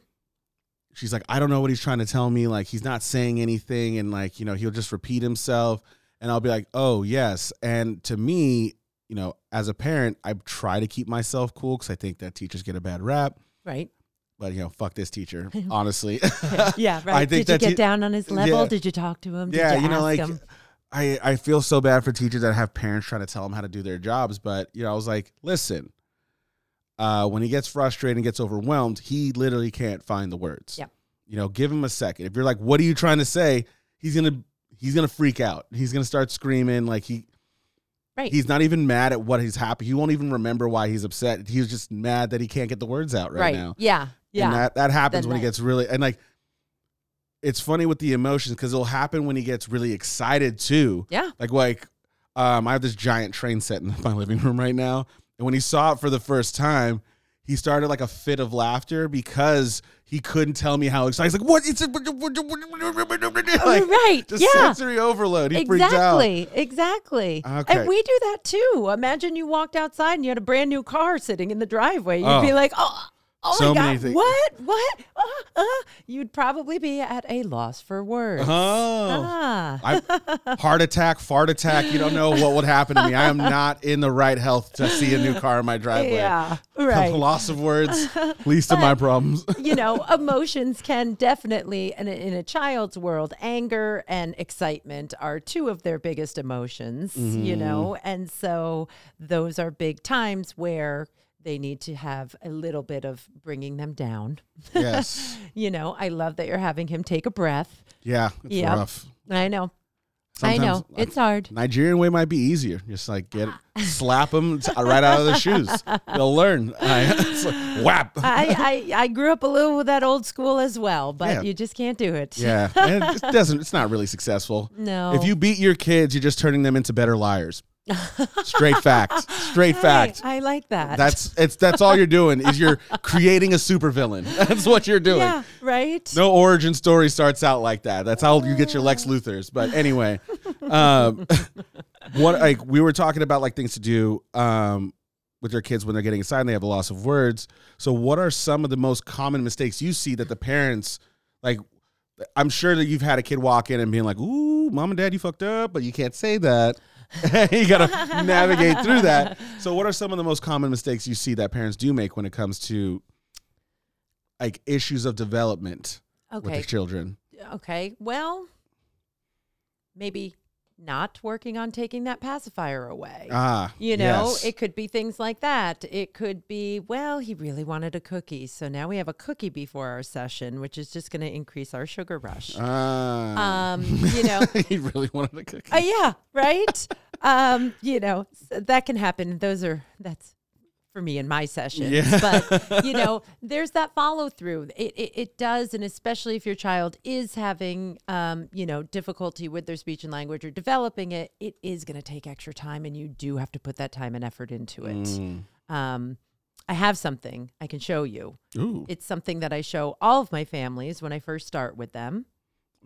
S1: she's like, I don't know what he's trying to tell me. Like, he's not saying anything. And, like, you know, he'll just repeat himself. And I'll be like, oh, yes. And to me, you know, as a parent, I try to keep myself cool because I think that teachers get a bad rap.
S2: Right?
S1: But, you know, fuck this teacher, honestly.
S2: Yeah. Right.
S1: I think
S2: Did you
S1: that
S2: get
S1: he-
S2: down on his level?
S1: Yeah.
S2: Did you talk to him? Did
S1: yeah,
S2: you,
S1: you, know,
S2: ask
S1: like
S2: him?
S1: I I feel so bad for teachers that have parents trying to tell them how to do their jobs, but you know, I was like, listen, uh, when he gets frustrated and gets overwhelmed, he literally can't find the words.
S2: Yep.
S1: You know, give him a second. If you're like, what are you trying to say? He's gonna he's gonna freak out. He's gonna start screaming like he
S2: Right.
S1: he's not even mad at what he's happy. He won't even remember why he's upset. He's just mad that he can't get the words out right,
S2: right.
S1: now.
S2: Yeah. Yeah.
S1: And that, that happens
S2: Then
S1: when he
S2: that-
S1: gets really, and like, it's funny with the emotions because it'll happen when he gets really excited too.
S2: yeah.
S1: Like, like, um, I have this giant train set in my living room right now. And when he saw it for the first time, he started like a fit of laughter because he couldn't tell me how excited. He's like, what? It's a, like,
S2: You're Oh, right.
S1: just
S2: Yeah.
S1: sensory overload. He freaked out.
S2: Exactly. Exactly.
S1: Okay.
S2: And we do that too. Imagine you walked outside and you had a brand new car sitting in the driveway. You'd
S1: Oh.
S2: be like, oh, oh
S1: So
S2: my
S1: many
S2: God.
S1: things.
S2: What? What? Uh, uh. You'd probably be at a loss for words.
S1: Oh.
S2: Ah.
S1: I, heart attack, fart attack. You don't know what would happen to me. I am not in the right health to see a new car in my driveway.
S2: Yeah.
S1: The
S2: Right.
S1: loss of words, least of my problems.
S2: you know, emotions can definitely, and in a child's world, anger and excitement are two of their biggest emotions,
S1: Mm-hmm.
S2: you know, and so those are big times where they need to have a little bit of bringing them down.
S1: yes.
S2: You know, I love that you're having him take a breath.
S1: Yeah. It's
S2: Yeah.
S1: rough.
S2: I know.
S1: Sometimes-
S2: I know. It's hard.
S1: Nigerian way might be easier. Just like get slap them right out of their shoes. They'll learn. I, it's like, whap.
S2: Uh, I, I, I grew up a little with that old school as well, but
S1: Yeah.
S2: you just can't do it.
S1: yeah. And it doesn't. It's not really successful.
S2: No.
S1: If you beat your kids, you're just turning them into better liars. Straight fact. Straight
S2: Hey,
S1: fact.
S2: I like that.
S1: That's it's that's all you're doing is you're creating a supervillain. That's what you're doing.
S2: yeah, right?
S1: No origin story starts out like that. That's how you get your Lex Luthers. But anyway, um, what like we were talking about like things to do um, with your kids when they're getting excited, and they have a loss of words. So, what are some of the most common mistakes you see that the parents like? I'm sure that you've had a kid walk in and being like, "Ooh, mom and dad, you fucked up," but you can't say that. you gotta navigate through that. So, what are some of the most common mistakes you see that parents do make when it comes to like issues of development? with
S2: Okay.
S1: the children.
S2: okay, well, maybe not working on taking that pacifier away.
S1: Ah,
S2: you know,
S1: yes.
S2: it could be things like that. It could be, well, he really wanted a cookie. So now we have a cookie before our session, which is just going to increase our sugar rush.
S1: ah,
S2: um, you know,
S1: he really wanted a cookie.
S2: uh, yeah, right? um, you know, so that can happen. Those are, that's for me in my sessions. But, you know, there's that follow through. It, it, it does. And especially if your child is having, um, you know, difficulty with their speech and language or developing it, it is going to take extra time and you do have to put that time and effort into it. Um, I have something I can show you.
S1: Ooh.
S2: It's something that I show all of my families when I first start with them.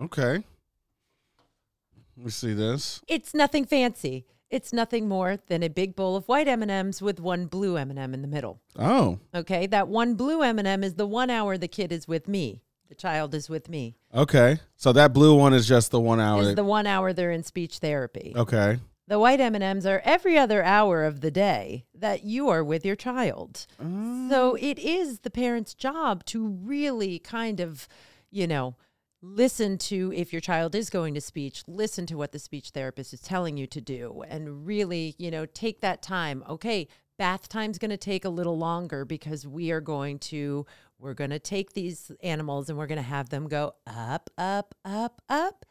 S1: Okay. Let me see this.
S2: It's nothing fancy. It's nothing more than a big bowl of white M&Ms with one blue M&M in the middle.
S1: Oh.
S2: Okay? That one blue M&M is the 1 hour the kid is with me. The child is with me.
S1: Okay. So that blue one is just the one hour.
S2: Is
S1: that-
S2: the 1 hour they're in speech therapy.
S1: okay.
S2: The white M&Ms are every other hour of the day that you are with your child. So it is the parent's job to really kind of, you know, listen to if your child is going to speech, listen to what the speech therapist is telling you to do and really, you know, take that time. Okay, bath time's going to take a little longer because we are going to we're going to take these animals and we're going to have them go up, up, up, up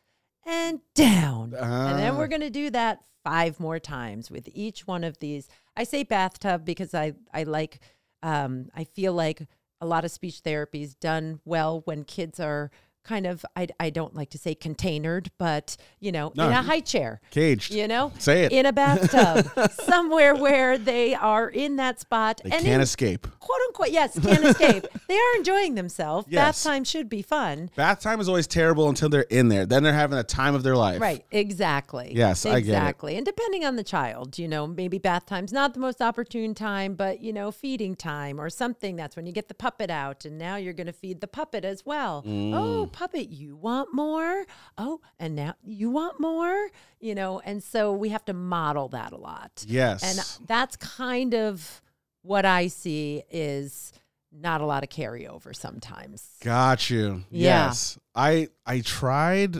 S2: and down. And then
S1: Ah.
S2: we're going to do that five more times with each one of these. I say bathtub because I, I like, um, I feel like a lot of speech therapy is done well when kids are kind of, I, I don't like to say containered, but, you know,
S1: No.
S2: in a high chair.
S1: Caged.
S2: You know,
S1: Say it.
S2: in a bathtub, somewhere where they are in that spot
S1: They
S2: and
S1: can't
S2: in
S1: escape.
S2: quote unquote, yes, can't escape. They are enjoying themselves.
S1: Yes.
S2: Bath time should be fun.
S1: Bath time is always terrible until they're in there. Then they're having the time of their life.
S2: Right, exactly.
S1: Yes, I get it.
S2: exactly. And depending on the child, you know, maybe bath time's not the most opportune time, but you know, feeding time or something. That's when you get the puppet out, and now you're going to feed the puppet as well.
S1: Mm.
S2: Oh, puppet, you want more? Oh, and now you want more? You know, and so we have to model that a lot.
S1: Yes.
S2: And that's kind of what I see is not a lot of carryover sometimes.
S1: Got you.
S2: Yeah.
S1: Yes. I I tried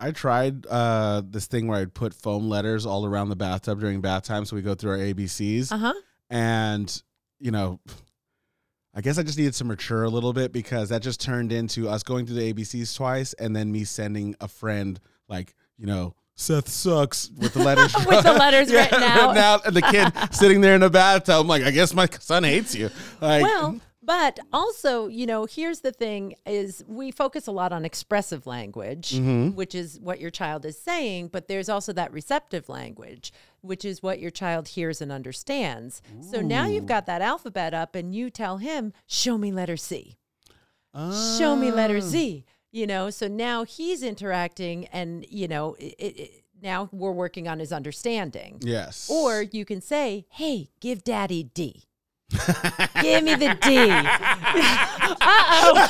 S1: I tried uh this thing where I'd put foam letters all around the bathtub during bath time so we go through our ABCs
S2: Uh huh.
S1: and you know I guess I just needed to mature a little bit because that just turned into us going through the ABCs twice and then me sending a friend like, you know, Seth sucks with the letters
S2: With the letters written out.
S1: and the kid sitting there in the bathtub. I'm like, I guess my son hates you. Like,
S2: well but also you know here's the thing is we focus a lot on expressive language which is what your child is saying but there's also that receptive language which is what your child hears and understands so now you've got that alphabet up and you tell him show me letter c show me letter Z. You know, so now he's interacting, and you know, it, it, it- now we're working on his understanding.
S1: Yes.
S2: Or you can say, "Hey, give Daddy D. give me the D." uh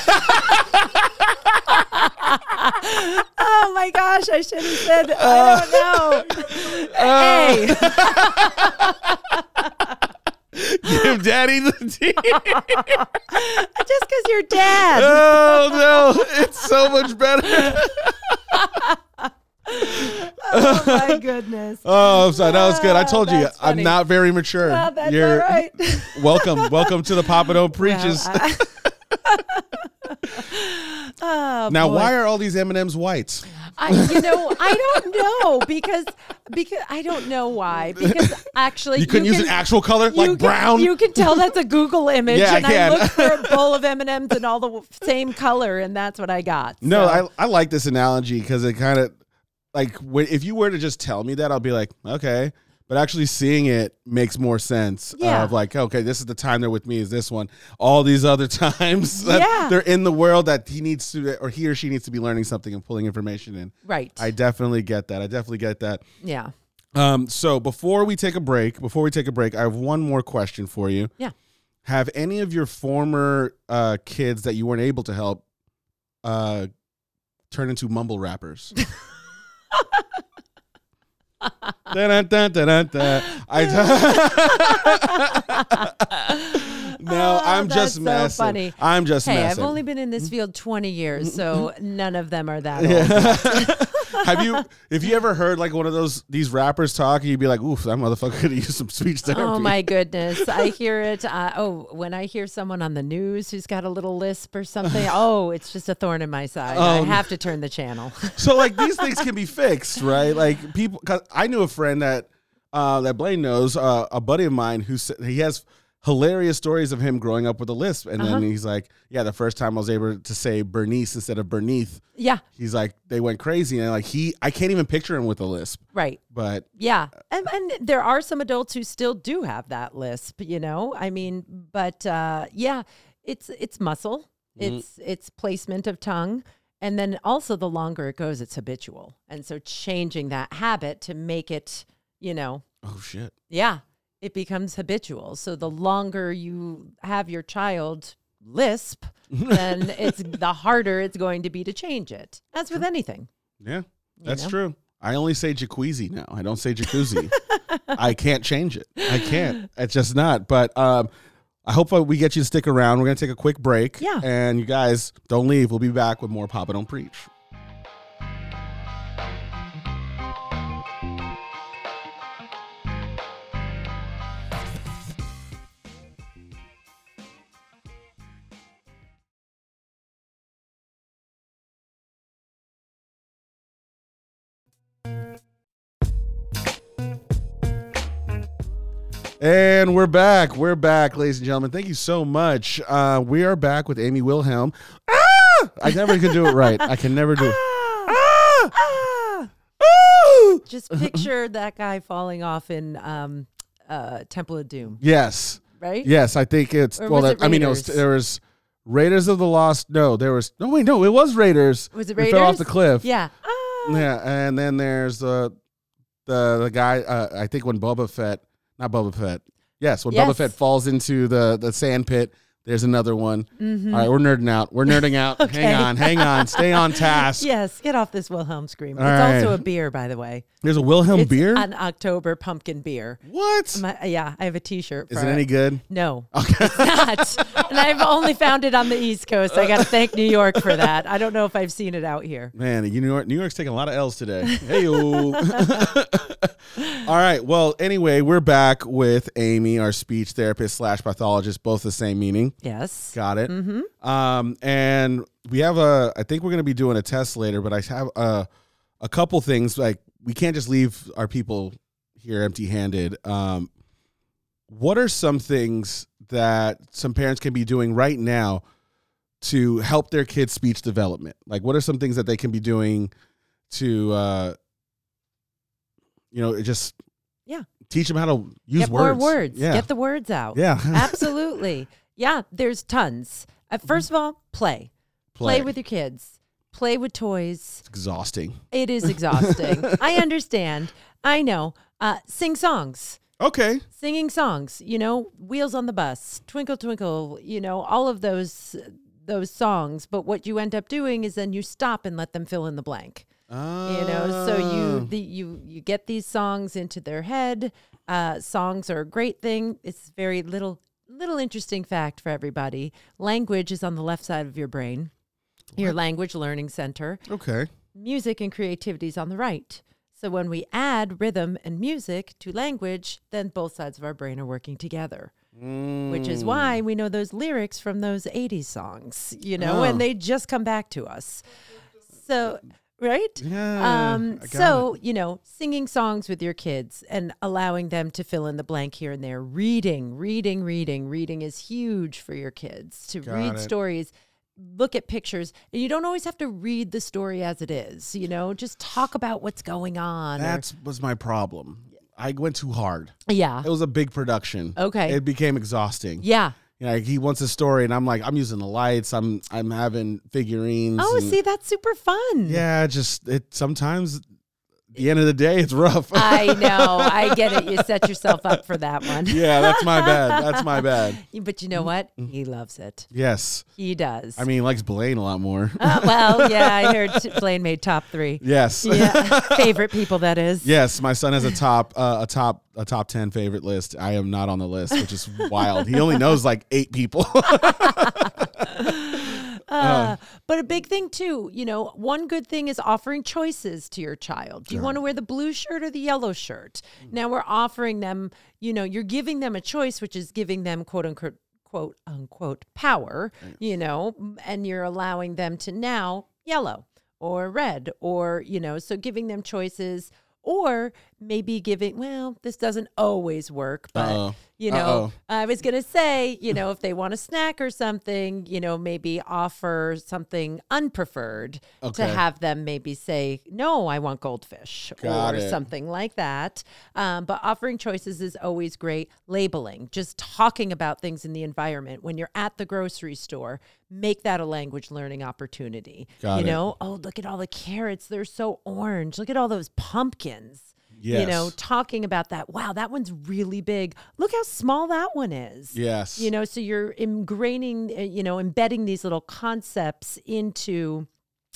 S2: oh. oh my gosh! I should have said. I don't know. hey.
S1: Uh. Give daddy the tea.
S2: Just because you're dad.
S1: Oh no, it's so much better.
S2: Oh my goodness.
S1: Oh, I'm sorry. That was good. I told you,
S2: Ah, That's
S1: I'm
S2: funny.
S1: not very mature.
S2: Well, that's all right.
S1: welcome, welcome to the Papa Don't Preaches.
S2: Oh,
S1: now,
S2: boy.
S1: why are all these M and M's whites?
S2: I, you know, I don't know because because I don't know why because actually
S1: You couldn't use
S2: can-
S1: an actual color
S2: you
S1: like
S2: can-
S1: brown.
S2: You can tell that's a Google image,
S1: Yeah, I
S2: and
S1: can.
S2: I looked for a bowl of M and M's and all the w- same color, and that's what I got.
S1: no,
S2: So,
S1: I I like this analogy because it kind of like when, if you were to just tell me that, I'll be like, okay. But actually seeing it makes more sense
S2: Yeah.
S1: of like, okay, this is the time they're with me is this one. All these other times that
S2: Yeah.
S1: they're in the world that he needs to or he or she needs to be learning something and pulling information in.
S2: right.
S1: I definitely get that. I definitely get that.
S2: yeah,
S1: Um, so before we take a break, before we take a break, I have one more question for you.
S2: yeah.
S1: Have any of your former uh, kids that you weren't able to help uh, turn into mumble rappers? Da-da-da-da-da-da. I- no,
S2: Oh,
S1: I'm
S2: that's
S1: just
S2: so
S1: messing.
S2: funny.
S1: I'm just
S2: Hey, I've
S1: messing.
S2: only been in this field twenty years, so none of them are that old.
S1: Mm-hmm. Yeah. Have you if you ever heard like one of those these rappers talk and you'd be like, oof, that motherfucker could use some speech therapy.
S2: Oh my goodness! I hear it. Uh, oh, when I hear someone on the news who's got a little lisp or something, oh, it's just a thorn in my side. I
S1: Um,
S2: have to turn the channel.
S1: So like these things can be fixed, right? Like people, cause I knew a friend that uh, that Blaine knows, uh, a buddy of mine who said he has hilarious stories of him growing up with a lisp. And then he's like, yeah, the first time I was able to say Bernice instead of Berneath,
S2: Yeah.
S1: he's like, they went crazy. And like, he, I can't even picture him with a lisp,
S2: Right.
S1: but
S2: Yeah. And, and there are some adults who still do have that lisp, you know? I mean, but uh, yeah, it's it's muscle, it's it's placement of tongue. And then also the longer it goes, it's habitual. And so changing that habit to make it, you know,
S1: oh shit.
S2: yeah, it becomes habitual. So the longer you have your child lisp, then it's the harder it's going to be to change it. As with anything.
S1: Yeah, that's
S2: know?
S1: true. I only say jacuzzi now. I don't say jacuzzi. I can't change it. I can't. It's just not. But um, I hope uh, we get you to stick around. We're going to take a quick break.
S2: Yeah.
S1: And you guys, don't leave. We'll be back with more Papa Don't Preach. And we're back. We're back, ladies and gentlemen. Thank you so much. Uh, we are back with Amy Wilhelm. Ah! I never can do it right. I can never do it. Ah!
S2: Ah!
S1: Ooh!
S2: Just picture that guy falling off in um, uh, Temple of Doom,
S1: Yes.
S2: right?
S1: Yes, I think it's.
S2: Or
S1: well,
S2: was it
S1: I mean, it was,
S2: Raiders?
S1: there was Raiders of the Lost. No, there was. No, wait, no, it was Raiders.
S2: Was it
S1: They fell off
S2: Raiders?
S1: the cliff.
S2: Yeah. Ah!
S1: Yeah, and then there's the the the guy. Uh, I think when Boba Fett, not Boba Fett. Yes, when Boba
S2: Yes.
S1: Fett falls into the the sand pit. There's another one.
S2: Mm-hmm.
S1: All right, we're nerding out. We're nerding out. Hang on, hang on. Stay on task.
S2: Yes, get off this Wilhelm scream.
S1: All
S2: it's
S1: right.
S2: also a beer, by the way.
S1: There's a Wilhelm
S2: It's
S1: beer.
S2: an October pumpkin beer.
S1: what?
S2: My, yeah, I have a T-shirt. For
S1: Is it any good?
S2: No,
S1: Okay.
S2: it's not. and I've only found it on the East Coast. I got to thank New York for that. I don't know if I've seen it out here.
S1: Man, you New York, New York's taking a lot of L's today. Hey, All right. Well, anyway, we're back with Amy, our speech therapist slash pathologist, both the same meaning.
S2: Yes.
S1: Got it. Mm-hmm. Um, and we have a. I think we're going to be doing a test later, but I have a, a couple things. Like we can't just leave our people here empty-handed. Um, what are some things that some parents can be doing right now to help their kids' speech development? Like, what are some things that they can be doing to, uh, you know, just
S2: Yeah.
S1: teach them how to use
S2: get
S1: words.
S2: more words.
S1: Yeah.
S2: Get the words out.
S1: yeah.
S2: Absolutely. Yeah, there's tons. Uh, first of all, play. play. with your kids. Play with toys.
S1: It's exhausting.
S2: It is exhausting. I understand. I know. Uh, sing songs.
S1: Okay.
S2: Singing songs, you know, Wheels on the Bus, Twinkle Twinkle, you know, all of those those songs, but what you end up doing is then you stop and let them fill in the blank you know so
S1: Ah.
S2: you the, you you get these songs into their head uh, songs are a great thing it's very little little interesting fact for everybody language is on the left side of your brain your language learning center
S1: Ah, Okay.
S2: music and creativity is on the right so when we add rhythm and music to language then both sides of our brain are working together
S1: Mm.
S2: which is why we know those lyrics from those 80s songs you know
S1: Oh.
S2: and they just come back to us so right
S1: Yeah.
S2: um,
S1: Mm, I got
S2: so, you know, singing songs with your kids and allowing them to fill in the blank here and there. Reading, reading, reading, reading is huge for your kids to
S1: Got
S2: read
S1: it.
S2: stories, look at pictures. And you don't always have to read the story as it is, you know, just talk about what's going on. or-
S1: that was my problem. I went too hard.
S2: yeah.
S1: It was a big production.
S2: Okay.
S1: It became exhausting.
S2: Yeah.
S1: You know, like, he wants a story, and I'm like, I'm using the lights. I'm I'm having figurines.
S2: Oh,
S1: and-
S2: see, that's super fun.
S1: Yeah, just it. Sometimes, at the end of the day, it's rough.
S2: I know. I get it. You set yourself up for that one.
S1: yeah, that's my bad. That's my bad.
S2: But you know
S1: Mm-hmm.
S2: what? He loves it.
S1: Yes,
S2: He does.
S1: I mean, he likes Blaine a lot more.
S2: Uh, well, yeah, I heard t- Blaine made top three.
S1: yes.
S2: yeah, favorite people that is.
S1: Yes, my son has a top uh, a top a top 10 favorite list. I am not on the list, which is wild. He only knows like 8 people.
S2: Uh, but a big thing too, you know, one good thing is offering choices to your child. Do you want to wear the blue shirt or the yellow shirt? Now we're offering them, you know, you're giving them a choice, which is giving them quote unquote quote unquote power, you know, m- and you're allowing them to now yellow or red or, you know, so giving them choices or maybe giving well this doesn't always work but
S1: Uh-oh.
S2: you know
S1: Uh-oh.
S2: i was going to say you know if they want a snack or something you know maybe offer something unpreferred to
S1: Okay.
S2: have them maybe say no i want goldfish
S1: Got
S2: or
S1: it.
S2: something like that um, but offering choices is always great labeling just talking about things in the environment when you're at the grocery store make that a language learning opportunity
S1: Got it.
S2: you know oh look at all the carrots they're so orange look at all those pumpkins you know
S1: Yes.
S2: talking about that wow that one's really big look how small that one is
S1: Yes.
S2: you know so you're ingraining uh, you know embedding these little concepts into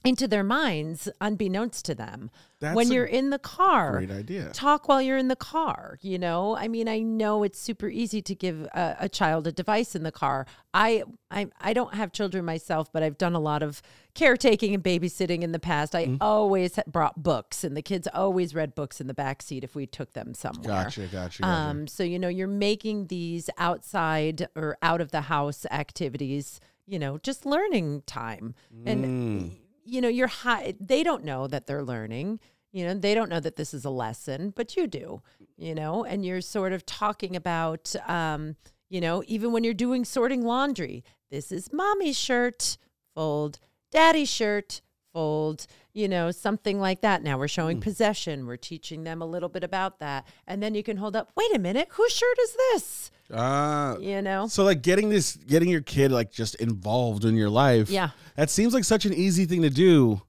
S2: into their minds unbeknownst to them
S1: That's
S2: when
S1: a
S2: you're in the car
S1: great idea.
S2: talk while you're in the car you know i mean i know it's super easy to give a, a child a device in the car I, I i don't have children myself but i've done a lot of caretaking and babysitting in the past i
S1: Mm-hmm.
S2: always ha- brought books and the kids always read books in the back seat if we took them somewhere
S1: Gotcha, gotcha. gotcha.
S2: um, so you know, you're making these outside or out of the house activities, you know, just learning time,
S1: Mm.
S2: and you know, you're high. They don't know that they're learning. You know, they don't know that this is a lesson, but you do. You know, and you're sort of talking about, um, you know, even when you're doing sorting laundry, this is mommy's shirt, fold, daddy's shirt, fold, you know, something like that. Now we're showing possession. We're teaching them a little bit about that. And then you can hold up, wait a minute, whose shirt is this?
S1: Ah,
S2: You know?
S1: So like getting this getting your kid like just involved in your life.
S2: Yeah.
S1: That seems like such an easy thing to do,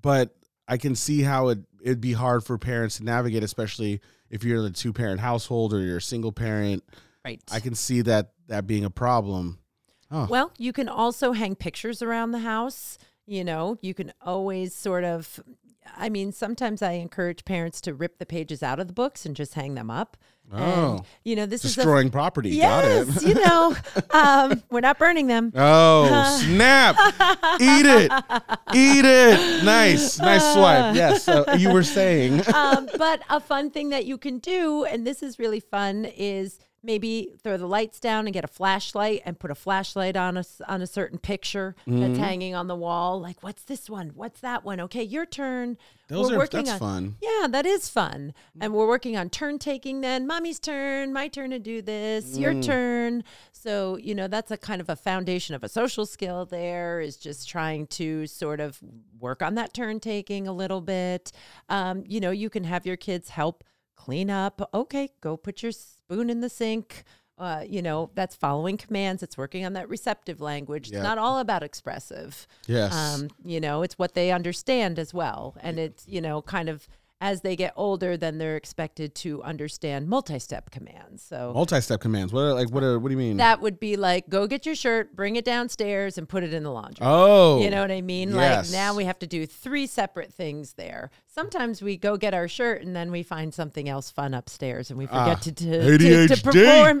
S1: but I can see how it it'd be hard for parents to navigate, especially if you're in a two parent household or you're a single parent.
S2: Right.
S1: I can see that that being a problem.
S2: Well, you can also hang pictures around the house. You know, you can always sort of, I mean, sometimes I encourage parents to rip the pages out of the books and just hang them up.
S1: Oh.
S2: And, you know, this is a.
S1: Destroying property. Got
S2: Yes,
S1: it.
S2: you know, um, we're not burning them.
S1: Oh, snap. Eat it. Eat it. Nice. Nice swipe. Yes. uh, you were saying.
S2: um, but a fun thing that you can do, and this is really fun, is maybe throw the lights down and get a flashlight and put a flashlight on a s- on a certain picture
S1: Mm-hmm.
S2: that's hanging on the wall. Like, what's this one? What's that one? Okay, your turn.
S1: Those
S2: We're
S1: are
S2: working
S1: that's
S2: on-
S1: fun. Mm.
S2: yeah, that is fun. And we're working on turn taking then. Mommy's turn, my turn to do this,
S1: Mm.
S2: your turn. So, you know, that's a kind of a foundation of a social skill there is just trying to sort of work on that turn taking a little bit. Um, you know, you can have your kids help clean up. Okay, go put your spoon in the sink. Uh, you know, that's following commands. It's working on that receptive language.
S1: Yeah.
S2: It's not all about expressive
S1: Yes.
S2: um, you know it's what they understand as well and it's you know kind of as they get older then they're expected to understand multi-step commands so
S1: Multi-step commands. What are like what are what do you mean?
S2: that would be like go get your shirt bring it downstairs and put it in the laundry
S1: oh.
S2: you know what I mean?
S1: yes.
S2: Like now we have to do three separate things there. Sometimes we go get our shirt and then we find something else fun upstairs and we forget
S1: Ah,
S2: to, to, to, to
S1: ADHD.
S2: perform.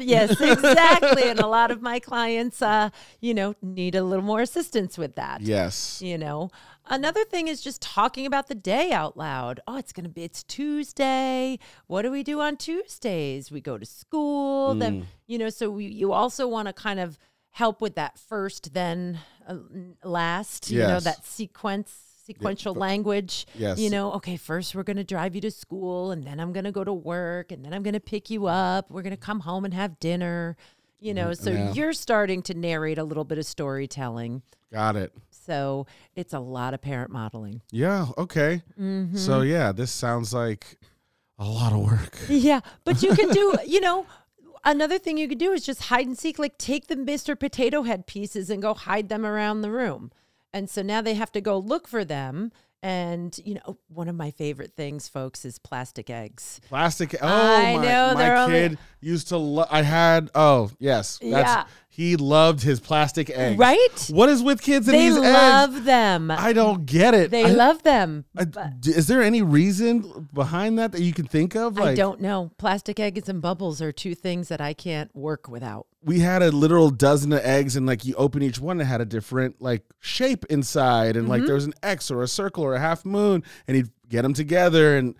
S2: Yes, exactly. and a lot of my clients, uh, you know, need a little more assistance with that.
S1: Yes.
S2: You know, another thing is just talking about the day out loud. Oh, it's going to be, it's Tuesday. What do we do on Tuesdays? We go to school.
S1: Mm.
S2: Then, you know, so we, you also want to kind of help with that first, then uh, last, you know,
S1: Yes.
S2: that sequence. Sequential language.
S1: Yes.
S2: You know, okay, first we're going to drive you to school, and then I'm going to go to work, and then I'm going to pick you up. We're going to come home and have dinner. You know, so
S1: Mm-hmm. yeah.
S2: you're starting to narrate a little bit of storytelling.
S1: Got it.
S2: So it's a lot of parent modeling.
S1: Yeah. Okay.
S2: Mm-hmm.
S1: So yeah, this sounds like a lot of work.
S2: Yeah, but you can do, you know, another thing you could do is just hide and seek. Like take the Mr. Potato Head pieces and go hide them around the room. And so now they have to go look for them. And, you know, one of my favorite things, folks, is plastic eggs.
S1: Plastic. Oh
S2: I
S1: my!
S2: know, they're
S1: my
S2: only-
S1: kid used to. Lo- I had. Oh yes. That's,
S2: Yeah.
S1: He loved his plastic eggs.
S2: Right?
S1: What is with kids and
S2: They
S1: these eggs?
S2: love them.
S1: I don't get it.
S2: they
S1: I-
S2: love them.
S1: I- d- is there any reason behind that that you can think of? Like
S2: I don't know. Plastic eggs and bubbles are two things that I can't work without.
S1: we had a literal dozen of eggs, and like you open each one, it had a different like shape inside, and
S2: Mm-hmm.
S1: like there was an X or a circle or a half moon, and he'd get them together, and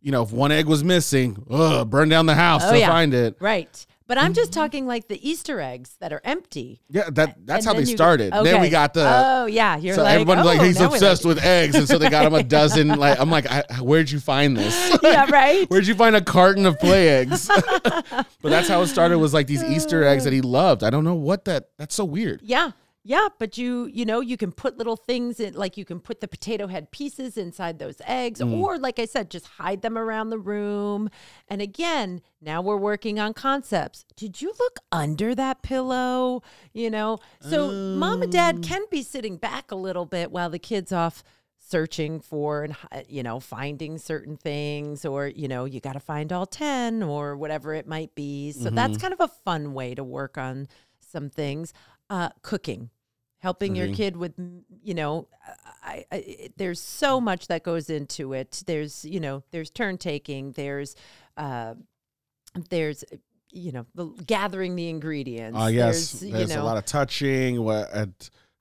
S1: you know if one egg was missing, ugh, burn down the house
S2: Oh,
S1: to
S2: yeah.
S1: find it.
S2: Right. But
S1: Mm-hmm.
S2: I'm just talking like the Easter eggs that are empty.
S1: Yeah, that that's
S2: And
S1: how they
S2: then you-
S1: started. Then we
S2: okay.
S1: got the
S2: Oh yeah, you're
S1: so
S2: like
S1: everyone's
S2: oh,
S1: like he's
S2: now we
S1: obsessed
S2: like
S1: with eggs, and so they got him a dozen. Like I'm like, I, where'd you find this?
S2: it. yeah right.
S1: Where'd you find a carton of play eggs? but that's how it started. Was like these Easter eggs that he loved. I don't know what that. That's so weird.
S2: Yeah. Yeah, but you you know you can put little things in, like you can put the potato head pieces inside those eggs,
S1: Mm.
S2: or like I said, just hide them around the room. And again, now we're working on concepts. Did you look under that pillow? You know, so mom and
S1: Um.
S2: dad can be sitting back a little bit while the kids off searching for and hi- you know finding certain things or you know you got to find all 10 or whatever it might be so
S1: Mm-hmm.
S2: that's kind of a fun way to work on some things uh cooking helping
S1: Mm-hmm.
S2: your kid with m- you know uh, I, I it- there's so much that goes into it there's you know there's turn taking there's uh there's you know the gathering the ingredients
S1: I guess there's, a lot of touching, what, and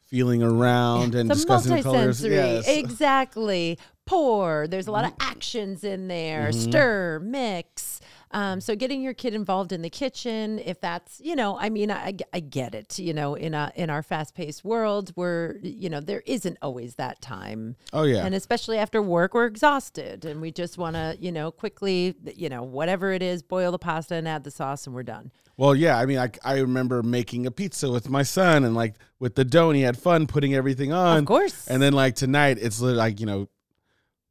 S1: feeling around, and
S2: the
S1: discussing the colors.
S2: multisensory,
S1: Yes. Mm-hmm.
S2: exactly. Pour. There's a lot of actions in there. Stir, mix. Um, so getting your kid involved in the kitchen, if that's you know, I mean, I, I get it. You know, in a in our fast paced world, where you know there isn't always that time,
S1: oh yeah.
S2: and especially after work, we're exhausted, and we just want to you know quickly you know whatever it is, boil the pasta and add the sauce, and we're done.
S1: Well, yeah, I mean, I, I remember making a pizza with my son, and like with the dough, and he had fun putting everything on.
S2: Of course.
S1: And then like tonight, it's lit- like you know,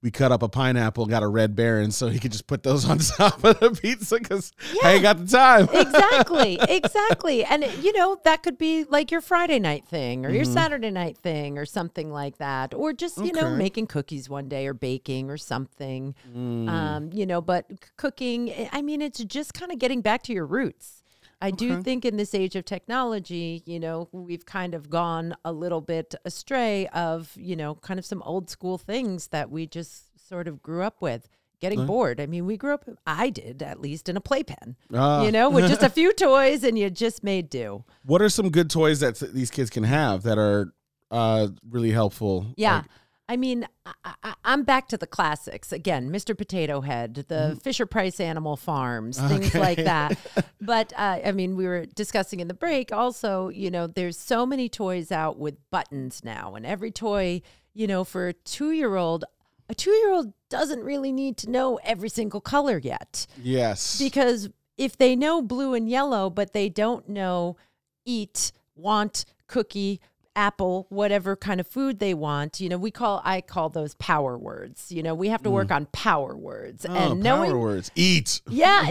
S1: we cut up a pineapple, got a red baron, so he could just put those on top of the pizza because I ain't got the time.
S2: exactly exactly and you know that could be like your friday night thing or your saturday night thing or something like that or just you know
S1: Okay.
S2: making cookies one day or baking or something
S1: Mm.
S2: um, you know but c- cooking eh, I- i mean it's just kind of getting back to your roots I do think in this age of technology, you know, we've kind of gone a little bit astray of, you know, kind of some old school things that we just sort of grew up with. Getting bored. I mean, we grew up, I did at least, in a playpen
S1: Ah.
S2: you know, with just a few toys and you just made do.
S1: what are some good toys that th- these kids can have that are uh, really helpful?
S2: Yeah.
S1: Like,
S2: I mean, I, I, I'm back to the classics again. Mr. Potato Head, the Fisher Price Animal Farms, things like that. but uh, I mean, we were discussing in the break. Also, you know, there's so many toys out with buttons now, and every toy, you know, for a two year old, a two year old doesn't really need to know every single color yet.
S1: yes.
S2: because if they know blue and yellow but they don't know eat want cookie apple whatever kind of food they want you know we call i call those power words you know we have to work on power words
S1: Mm. oh,
S2: and
S1: power
S2: knowing
S1: words. Eat.
S2: yeah,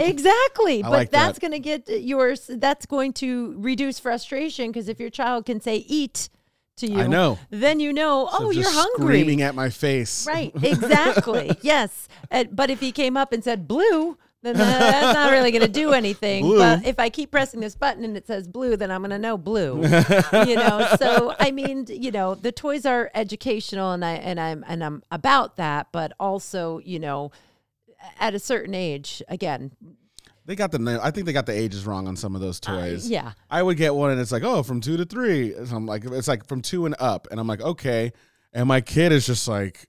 S2: exactly.
S1: I
S2: but
S1: like that.
S2: that's going to get yours. That's going to reduce frustration because if your child can say "eat" to you,
S1: I know.
S2: Then you know, oh,
S1: Just
S2: you're hungry.
S1: Screaming at my face.
S2: Right, exactly. yes. Uh, but if he came up and said blue, then tha- that's not really going to do anything.
S1: Blue.
S2: But if I keep pressing this button and it says blue, then I'm going to know blue. you know, so I mean, d- you know, the toys are educational and I and I'm and I'm about that, but also, you know, at a certain age, again,
S1: They got the. na- I think they got the ages wrong on some of those toys.
S2: yeah.
S1: I would get one and it's like, oh, from two to three. And I'm like, it's like from two and up. And I'm like, okay. And my kid is just like,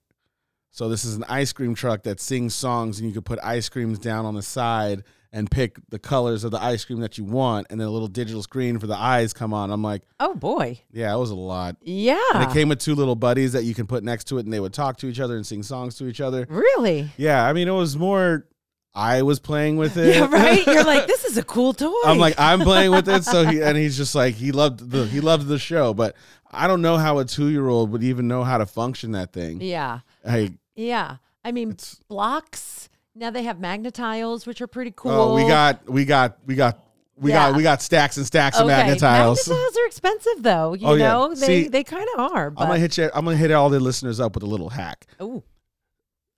S1: so this is an ice cream truck that sings songs and you can put ice creams down on the side and pick the colors of the ice cream that you want. And then a little digital screen for the eyes come on. I'm like,
S2: Oh boy.
S1: yeah, it was a lot.
S2: Yeah.
S1: And it came with two little buddies that you can put next to it and they would talk to each other and sing songs to each other.
S2: really?
S1: Yeah. I mean, it was more, I was playing with it.
S2: Yeah, right? You're like, this is a cool toy.
S1: I'm like, I'm playing with it. So he and he's just like he loved the he loved the show, but I don't know how a two year old would even know how to function that thing.
S2: Yeah.
S1: Hey,
S2: Yeah. I mean,
S1: It's-
S2: blocks. Now they have magnetiles, which are pretty cool.
S1: oh, we got we got we got we
S2: Yeah.
S1: got we got stacks and stacks of magnetiles.
S2: Magnetiles are expensive, though. You
S1: Oh, yeah.
S2: know, they
S1: See,
S2: they kind of are.
S1: I'm gonna
S2: But
S1: hit you. I'm gonna hit all the listeners up with a little hack.
S2: oh,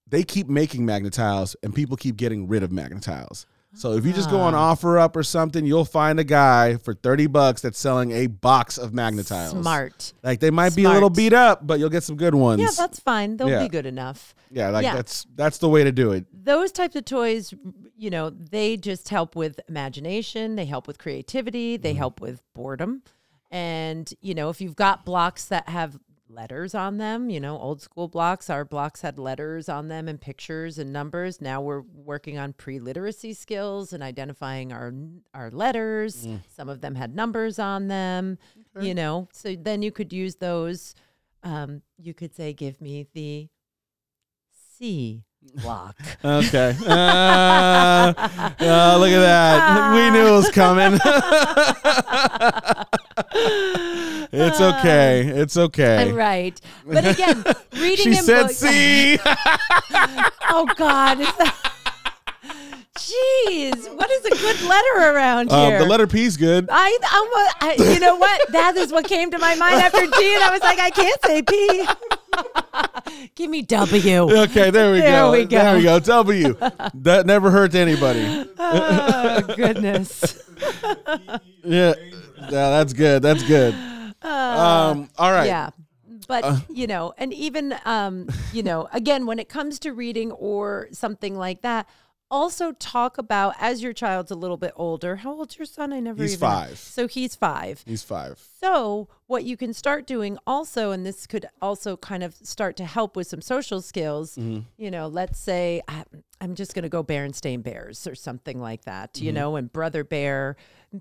S1: They keep making magnetiles, and people keep getting rid of magnetiles. So if you just go on
S2: Ah.
S1: OfferUp or something, you'll find a guy for thirty bucks that's selling a box of magnetiles.
S2: smart.
S1: Like they might be a little
S2: Smart.
S1: beat up, but you'll get some good ones.
S2: Yeah, that's fine. They'll
S1: Yeah.
S2: be good enough.
S1: Yeah, like
S2: Yeah.
S1: that's that's the way to do it.
S2: Those types of toys, you know, they just help with imagination. They help with creativity. They help with boredom. And you know, if you've got blocks that have letters on them. You know, old school blocks, our blocks had letters on them and pictures and numbers. Now we're working on pre-literacy skills and identifying our n- our letters. Some of them had numbers on them. You know, so then you could use those. Um, you could say, "Give me the C block."
S1: Okay. Uh, uh, look at that. We knew it was coming. it's okay. It's okay.
S2: Right, but again, reading
S1: She
S2: in
S1: said
S2: books-
S1: C.
S2: Oh God! Is that- Jeez, what is a good letter around
S1: Um,
S2: here?
S1: the letter P is good.
S2: I, I'm a, I, you know what? That is what came to my mind after G, and I was like, I can't say P. Give me W.
S1: Okay, there we
S2: There
S1: go.
S2: we go.
S1: There we go. W. that never hurt to anybody.
S2: Oh goodness.
S1: Yeah. Yeah, that's good. That's good. Um, all right. Uh.
S2: Uh, Yeah. But you know, and even um, you know, again, when it comes to reading or something like that, also talk about as your child's a little bit older. How old's your son? I never.
S1: He's
S2: even,
S1: five.
S2: So he's five.
S1: He's five.
S2: So, what you can start doing also, and this could also kind of start to help with some social skills,
S1: Mm-hmm.
S2: you know, let's say I, I'm just going to go Berenstain Bears or something like that,
S1: Mm-hmm.
S2: you know, and brother bear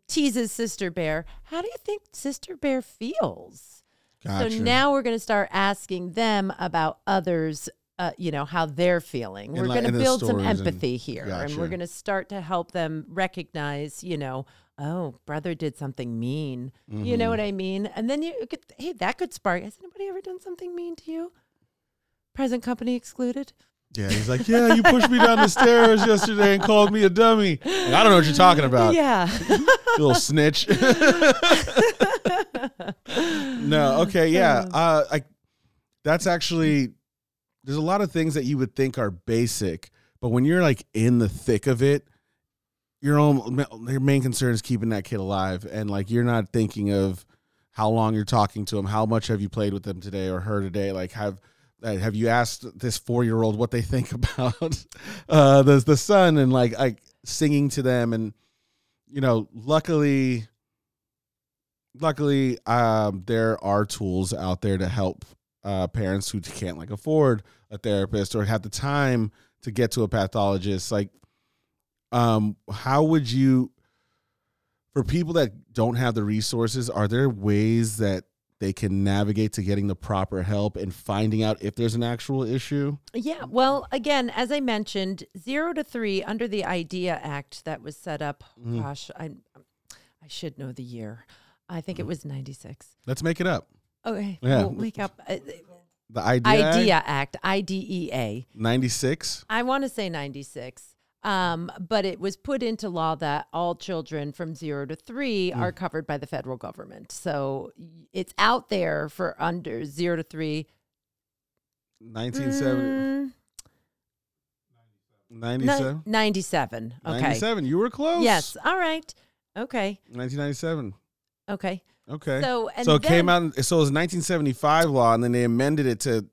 S2: teases sister bear. How do you think sister bear feels?
S1: Gotcha.
S2: So now we're going to start asking them about others, uh, you know, how they're feeling. we're
S1: like- and
S2: going to
S1: the
S2: build some
S1: stories and-
S2: empathy here, and we're
S1: Gotcha.
S2: going to start to help them recognize, you know, oh, brother did something mean. You
S1: Mm-hmm.
S2: know what I mean? And then you could, hey, that could spark. Has anybody ever done something mean to you? Present company excluded.
S1: yeah, he's like, yeah, you pushed me down the stairs yesterday and called me a dummy. Like, I don't know what you're talking about.
S2: yeah.
S1: You little snitch. no, okay, yeah. Uh, I, that's actually there's a lot of things that you would think are basic, but when you're like in the thick of it, your own your main concern is keeping that kid alive, and like you're not thinking of how long you're talking to him, how much have you played with them today or her today, like have. uh, Have you asked this four year old what they think about uh, the the son and like like singing to them and you know, luckily, luckily, um, there are tools out there to help uh, parents who can't like afford a therapist or have the time to get to a pathologist. Like, um, how would you, for people that don't have the resources, are there ways that they can navigate to getting the proper help and finding out if there's an actual issue?
S2: Yeah, well, again, as I mentioned, zero to three under the IDEA Act that was set up.
S1: Mm-hmm.
S2: Gosh, I I should know the year. I think it was ninety six.
S1: Let's make it up.
S2: Okay,
S1: Mm-hmm. Yeah.
S2: we'll wake up. Uh,
S1: The idea,
S2: IDEA Act, IDEA.
S1: ninety six.
S2: I want to say ninety six. Um, but it was put into law that all children from zero to
S1: Mm.
S2: three are covered by the federal government. So y- it's out there for under zero to three.
S1: 1970,
S2: Mm,
S1: 97.
S2: ni- 97. Okay.
S1: 97. You were close.
S2: Yes. All right. Okay.
S1: 1997.
S2: Okay.
S1: Okay. So,
S2: So and
S1: it came
S2: then-
S1: out. So it was 1975 law, and then they amended it to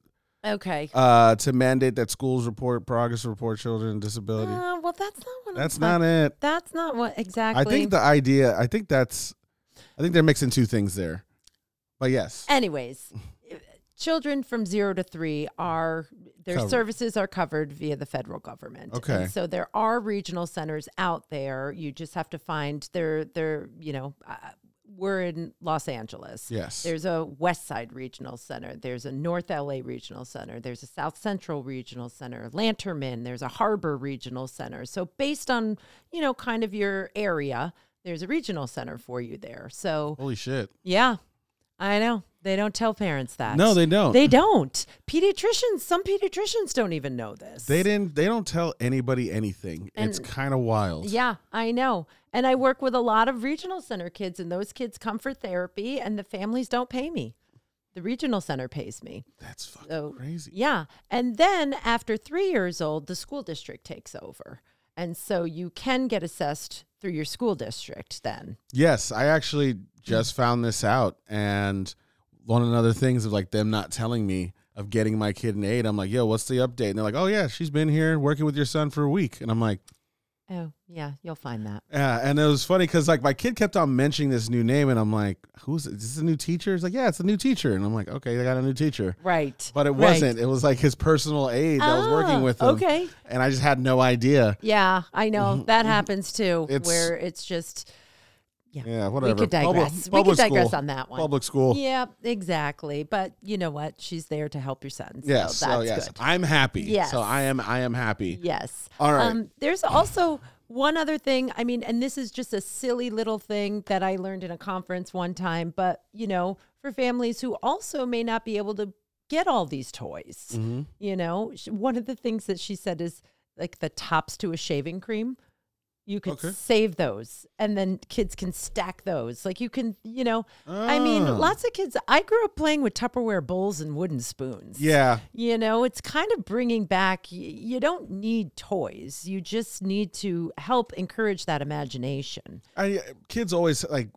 S2: Okay.
S1: uh to mandate that schools report progress report children with disability.
S2: Uh, well, that's not what.
S1: that's
S2: I'm
S1: not
S2: talking-
S1: it.
S2: That's not what exactly.
S1: I think the idea. I think that's. I think they're mixing two things there. But yes,
S2: Anyways, children from zero to three are their
S1: Covered.
S2: services are covered via the federal government. And
S1: Okay.
S2: so there are regional centers out there. You just have to find their their. You know, uh, we're in Los Angeles.
S1: yes.
S2: There's a West Side Regional Center. There's a North LA Regional Center. There's a South Central Regional Center, Lanterman. There's a Harbor Regional Center. So, based on, you know, kind of your area, there's a regional center for you there. So,
S1: Holy shit.
S2: yeah, I know. They don't tell parents that.
S1: No, they don't.
S2: They don't. Pediatricians, some pediatricians don't even know this.
S1: They didn't. They don't tell anybody anything. it's kind of wild.
S2: Yeah, I know. And I work with a lot of regional center kids, and those kids come for therapy, and the families don't pay me. The regional center pays me.
S1: That's fucking
S2: So,
S1: crazy.
S2: Yeah. And then after three years old, the school district takes over. And so you can get assessed through your school district then.
S1: Yes, I actually just found this out, and one of the other things of like them not telling me of getting my kid an aid. I'm like, yo, what's the update? And they're like, oh yeah, she's been here working with your son for a week, and I'm like,
S2: Oh, yeah, you'll find that.
S1: Yeah, and it was funny because like my kid kept on mentioning this new name, and I'm like, "Who's is this? A new teacher?" He's like, "Yeah, it's a new teacher," and I'm like, "Okay, they got a new teacher."
S2: Right.
S1: But it
S2: right.
S1: wasn't. It was like his personal aide that was working
S2: Ah,
S1: with him.
S2: okay.
S1: And I just had no idea.
S2: Yeah, I know. That happens too,
S1: Mm-hmm. It's-
S2: where it's just,
S1: Yeah, whatever.
S2: could
S1: Public-
S2: digress. We
S1: public
S2: could digress
S1: school.
S2: on that one.
S1: Public school.
S2: yeah, exactly. But you know what? She's there to help your son. So
S1: Yes. So,
S2: that's
S1: yes,
S2: good.
S1: I'm happy.
S2: Yes.
S1: So I am. I am happy.
S2: Yes. Um,
S1: All right.
S2: there's also one other thing. I mean, and this is just a silly little thing that I learned in a conference one time, but you know, for families who also may not be able to get all these toys,
S1: Mm-hmm.
S2: you know, sh- one of the things that she said is like the tops to a shaving cream. You could
S1: Okay.
S2: save those, and then kids can stack those. Like you can, you know, I mean,
S1: Ah.
S2: lots of kids. I grew up playing with Tupperware bowls and wooden spoons.
S1: Yeah.
S2: You know, it's kind of bringing back, y- you don't need toys. You just need to help encourage that imagination.
S1: I kids always like.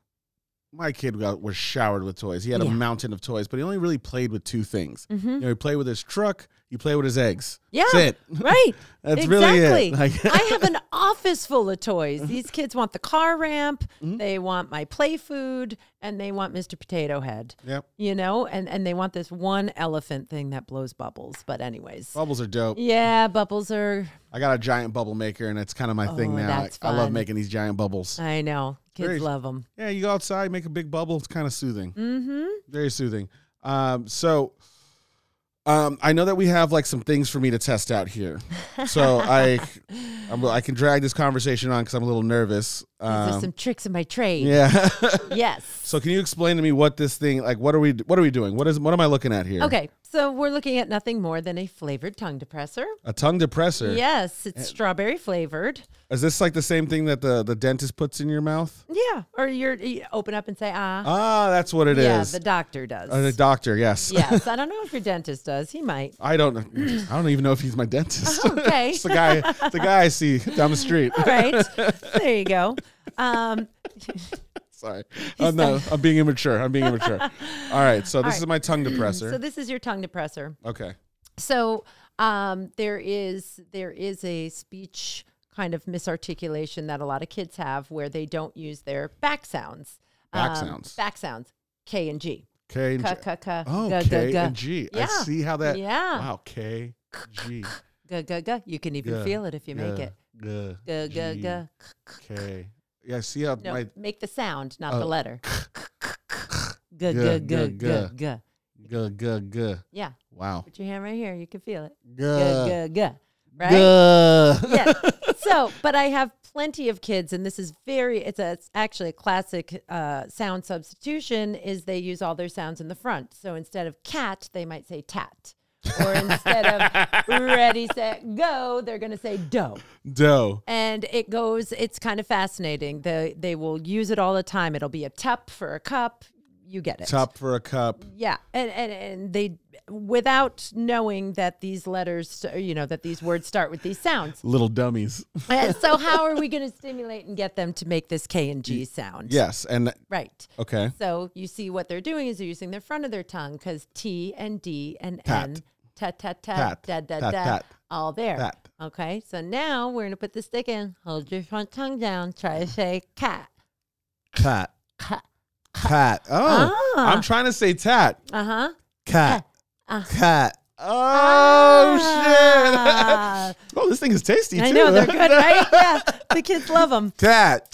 S1: My kid got, was showered with toys. He had a
S2: Yeah.
S1: mountain of toys, but he only really played with two things.
S2: Mhm.
S1: You know, he played with his truck. He played with his eggs.
S2: Yeah.
S1: That's it.
S2: Right.
S1: That's
S2: exactly.
S1: really it. Like,
S2: I have an office full of toys. These kids want the car ramp,
S1: Mm-hmm.
S2: they want my play food, and they want Mr. Potato Head.
S1: yep.
S2: You know, and and they want this one elephant thing that blows bubbles. But anyways.
S1: Bubbles are dope.
S2: Yeah, bubbles are
S1: I got a giant bubble maker, and it's kind of my thing
S2: Oh,
S1: now.
S2: that's
S1: I, I love
S2: fun.
S1: making these giant bubbles.
S2: I know. Kids
S1: Very-
S2: love them.
S1: yeah, you go outside, make a big bubble. It's kind of soothing. Mm-hmm. Very soothing. Um, so, um, I know that we have like some things for me to test out here. So I, I'm, I can drag this conversation on because I'm a little nervous.
S2: These
S1: Um,
S2: are some tricks in my trade.
S1: yeah.
S2: Yes.
S1: so can you explain to me what this thing like? What are we? What are we doing? What is? What am I looking at here?
S2: Okay, so we're looking at nothing more than a flavored tongue depressor.
S1: A tongue depressor.
S2: Yes,
S1: Eh.
S2: it's strawberry flavored.
S1: Is this like the same thing that the the dentist puts in your mouth?
S2: Yeah, or you're, you open up and say ah.
S1: Ah, that's what it is.
S2: yeah, the doctor does.
S1: Uh, the doctor. Yes.
S2: yes, I don't know if your dentist does. He might.
S1: I don't know. I don't even know if he's my dentist.
S2: Okay.
S1: it's the guy the guy I see down the street.
S2: All right, there you go. Um,
S1: Sorry. I'm, not, I'm being immature. I'm being immature. All right. So this
S2: right.
S1: is my tongue depressor.
S2: so this is your tongue depressor.
S1: okay.
S2: So um, there is there is a speech kind of misarticulation that a lot of kids have where they don't use their back sounds.
S1: Back
S2: Um,
S1: sounds.
S2: Back sounds. K and G.
S1: K and
S2: K,
S1: G.
S2: K, K.
S1: Oh,
S2: G,
S1: K
S2: G,
S1: and
S2: G.
S1: G. I
S2: Yeah.
S1: see how that.
S2: Yeah.
S1: Wow. K G.
S2: Guh, guh, guh. You can even
S1: Guh,
S2: feel it if you make
S1: G,
S2: it.
S1: G,
S2: Guh, guh,
S1: G,
S2: guh. K, k.
S1: K. Yeah. I see how
S2: No,
S1: my.
S2: make the sound, not
S1: Oh.
S2: the letter. Guh,
S1: Guh,
S2: guh, guh,
S1: guh, G,
S2: guh, guh.
S1: G, G.
S2: Yeah.
S1: Wow.
S2: Put your hand right here. You can feel it.
S1: G.
S2: Guh, guh, guh. Right?
S1: G.
S2: Yeah. So, but I have plenty of kids, and this is very, it's, a, it's actually a classic uh, sound substitution is they use all their sounds in the front. So instead of cat, they might say tat. Or instead of ready, set, go, they're going to say dough.
S1: Doe.
S2: and it goes it's kind of fascinating the, they will use it all the time it'll be a tup for a cup you get it
S1: Top for a cup.
S2: yeah and, and and they without knowing that these letters you know that these words start with these sounds
S1: Little dummies.
S2: Uh, so how are we going to stimulate and get them to make this k and g sound
S1: Yes. And
S2: right
S1: okay.
S2: so you see what they're doing is they're using their front of their tongue because T and D and
S1: Pat.
S2: N, ta ta ta,
S1: Pat.
S2: da da
S1: Pat,
S2: da,
S1: pat.
S2: all there.
S1: Pat.
S2: Okay, so now we're gonna put the stick in. Hold your front tongue down. Try to say cat.
S1: Cat.
S2: Cat.
S1: Cat. Oh,
S2: Ah.
S1: I'm trying to say tat.
S2: Uh huh.
S1: Cat.
S2: Ah.
S1: Cat. Oh
S2: Ah.
S1: shit! oh, this thing is tasty too.
S2: I know they're good, right? Yeah, the kids love them.
S1: Cat.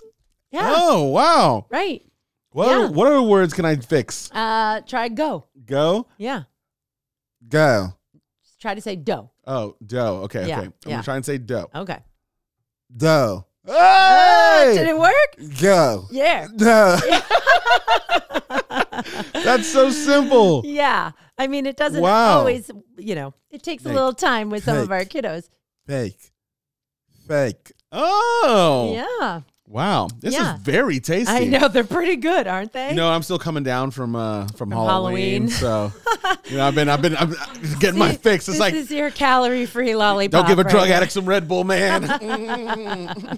S2: Yeah,
S1: Oh wow.
S2: right.
S1: What
S2: Yeah.
S1: other, what other words can I fix?
S2: Uh, try go.
S1: Go.
S2: Yeah,
S1: Go.
S2: try to say dough.
S1: Oh, dough. Okay,
S2: Yeah,
S1: okay. I'm
S2: yeah. Oh.
S1: gonna try and say dough.
S2: Okay.
S1: Dough.
S2: Ah,
S1: Hey!
S2: did it work?
S1: Go.
S2: Yeah.
S1: Dough. That's so simple.
S2: Yeah. I mean, it doesn't
S1: Wow.
S2: always, you know, it takes a
S1: Like,
S2: little time with some of our
S1: like-
S2: kiddos.
S1: Fake. Fake. Oh.
S2: Yeah.
S1: Wow. This
S2: Yeah.
S1: is very tasty.
S2: I know. They're pretty good, aren't they?
S1: You know, I'm still coming down from uh from, Halloween, so
S2: Halloween.
S1: you know, I've been I've been I'm getting my
S2: See,
S1: fix. It's
S2: this
S1: like
S2: is your calorie free lollipop.
S1: don't give a
S2: right
S1: drug
S2: here.
S1: addict some Red Bull, man.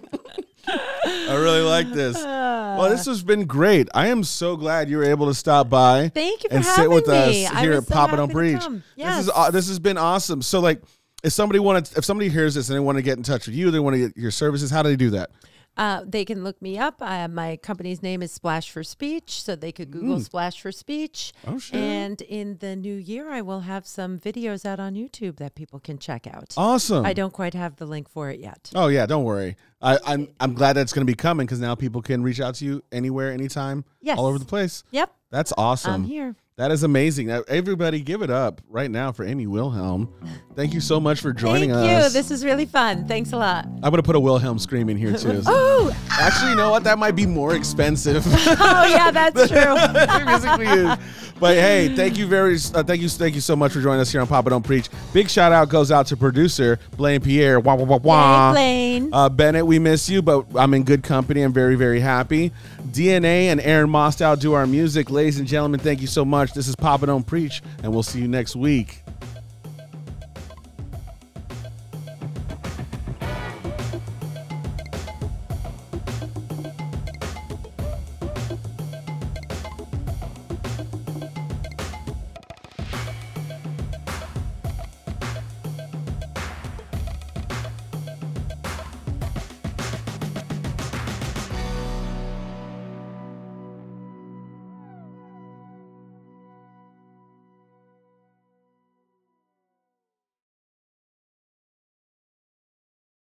S1: I really like this. well, this has been great. I am so glad you were able to stop by.
S2: Thank you for
S1: and sit
S2: having
S1: with
S2: me.
S1: us
S2: I
S1: here
S2: was
S1: at
S2: so
S1: Pop It
S2: happy
S1: Don't
S2: to
S1: Preach.
S2: come.
S1: This
S2: Yes.
S1: is aw- this has been awesome. So like if somebody wanted, if somebody hears this and they want to get in touch with you, they want to get your services. How do they do that?
S2: Uh, they can look me up. Uh, my company's name is Splash for Speech, so they could Google Splash for Speech.
S1: Mm. Oh, shit.
S2: And in the new year, I will have some videos out on YouTube that people can check out.
S1: Awesome.
S2: I don't quite have the link for it yet.
S1: Oh yeah, don't worry. I, I'm I'm glad that's going to be coming because now people can reach out to you anywhere, anytime,
S2: Yes.
S1: all over the place.
S2: Yep,
S1: That's awesome.
S2: I'm here.
S1: That is amazing. Now, Everybody, give it up right now for Amy Wilhelm. Thank you so much for joining
S2: Thank
S1: us.
S2: you. This is really fun. Thanks a lot.
S1: I'm gonna put a Wilhelm scream in here too.
S2: Oh,
S1: Actually, you know what? That might be more expensive.
S2: oh yeah, that's true.
S1: It basically is. But hey, thank you very, uh, thank you, thank you so much for joining us here on Papa Don't Preach. Big shout out goes out to producer Blaine Pierre. Wah wah wah wah.
S2: Hey, Blaine.
S1: Uh, Bennett, we miss you, but I'm in good company. I'm very very happy. DNA and Aaron Mostow do our music, ladies and gentlemen. Thank you so much. This is Papa Don't Preach, and we'll see you next week.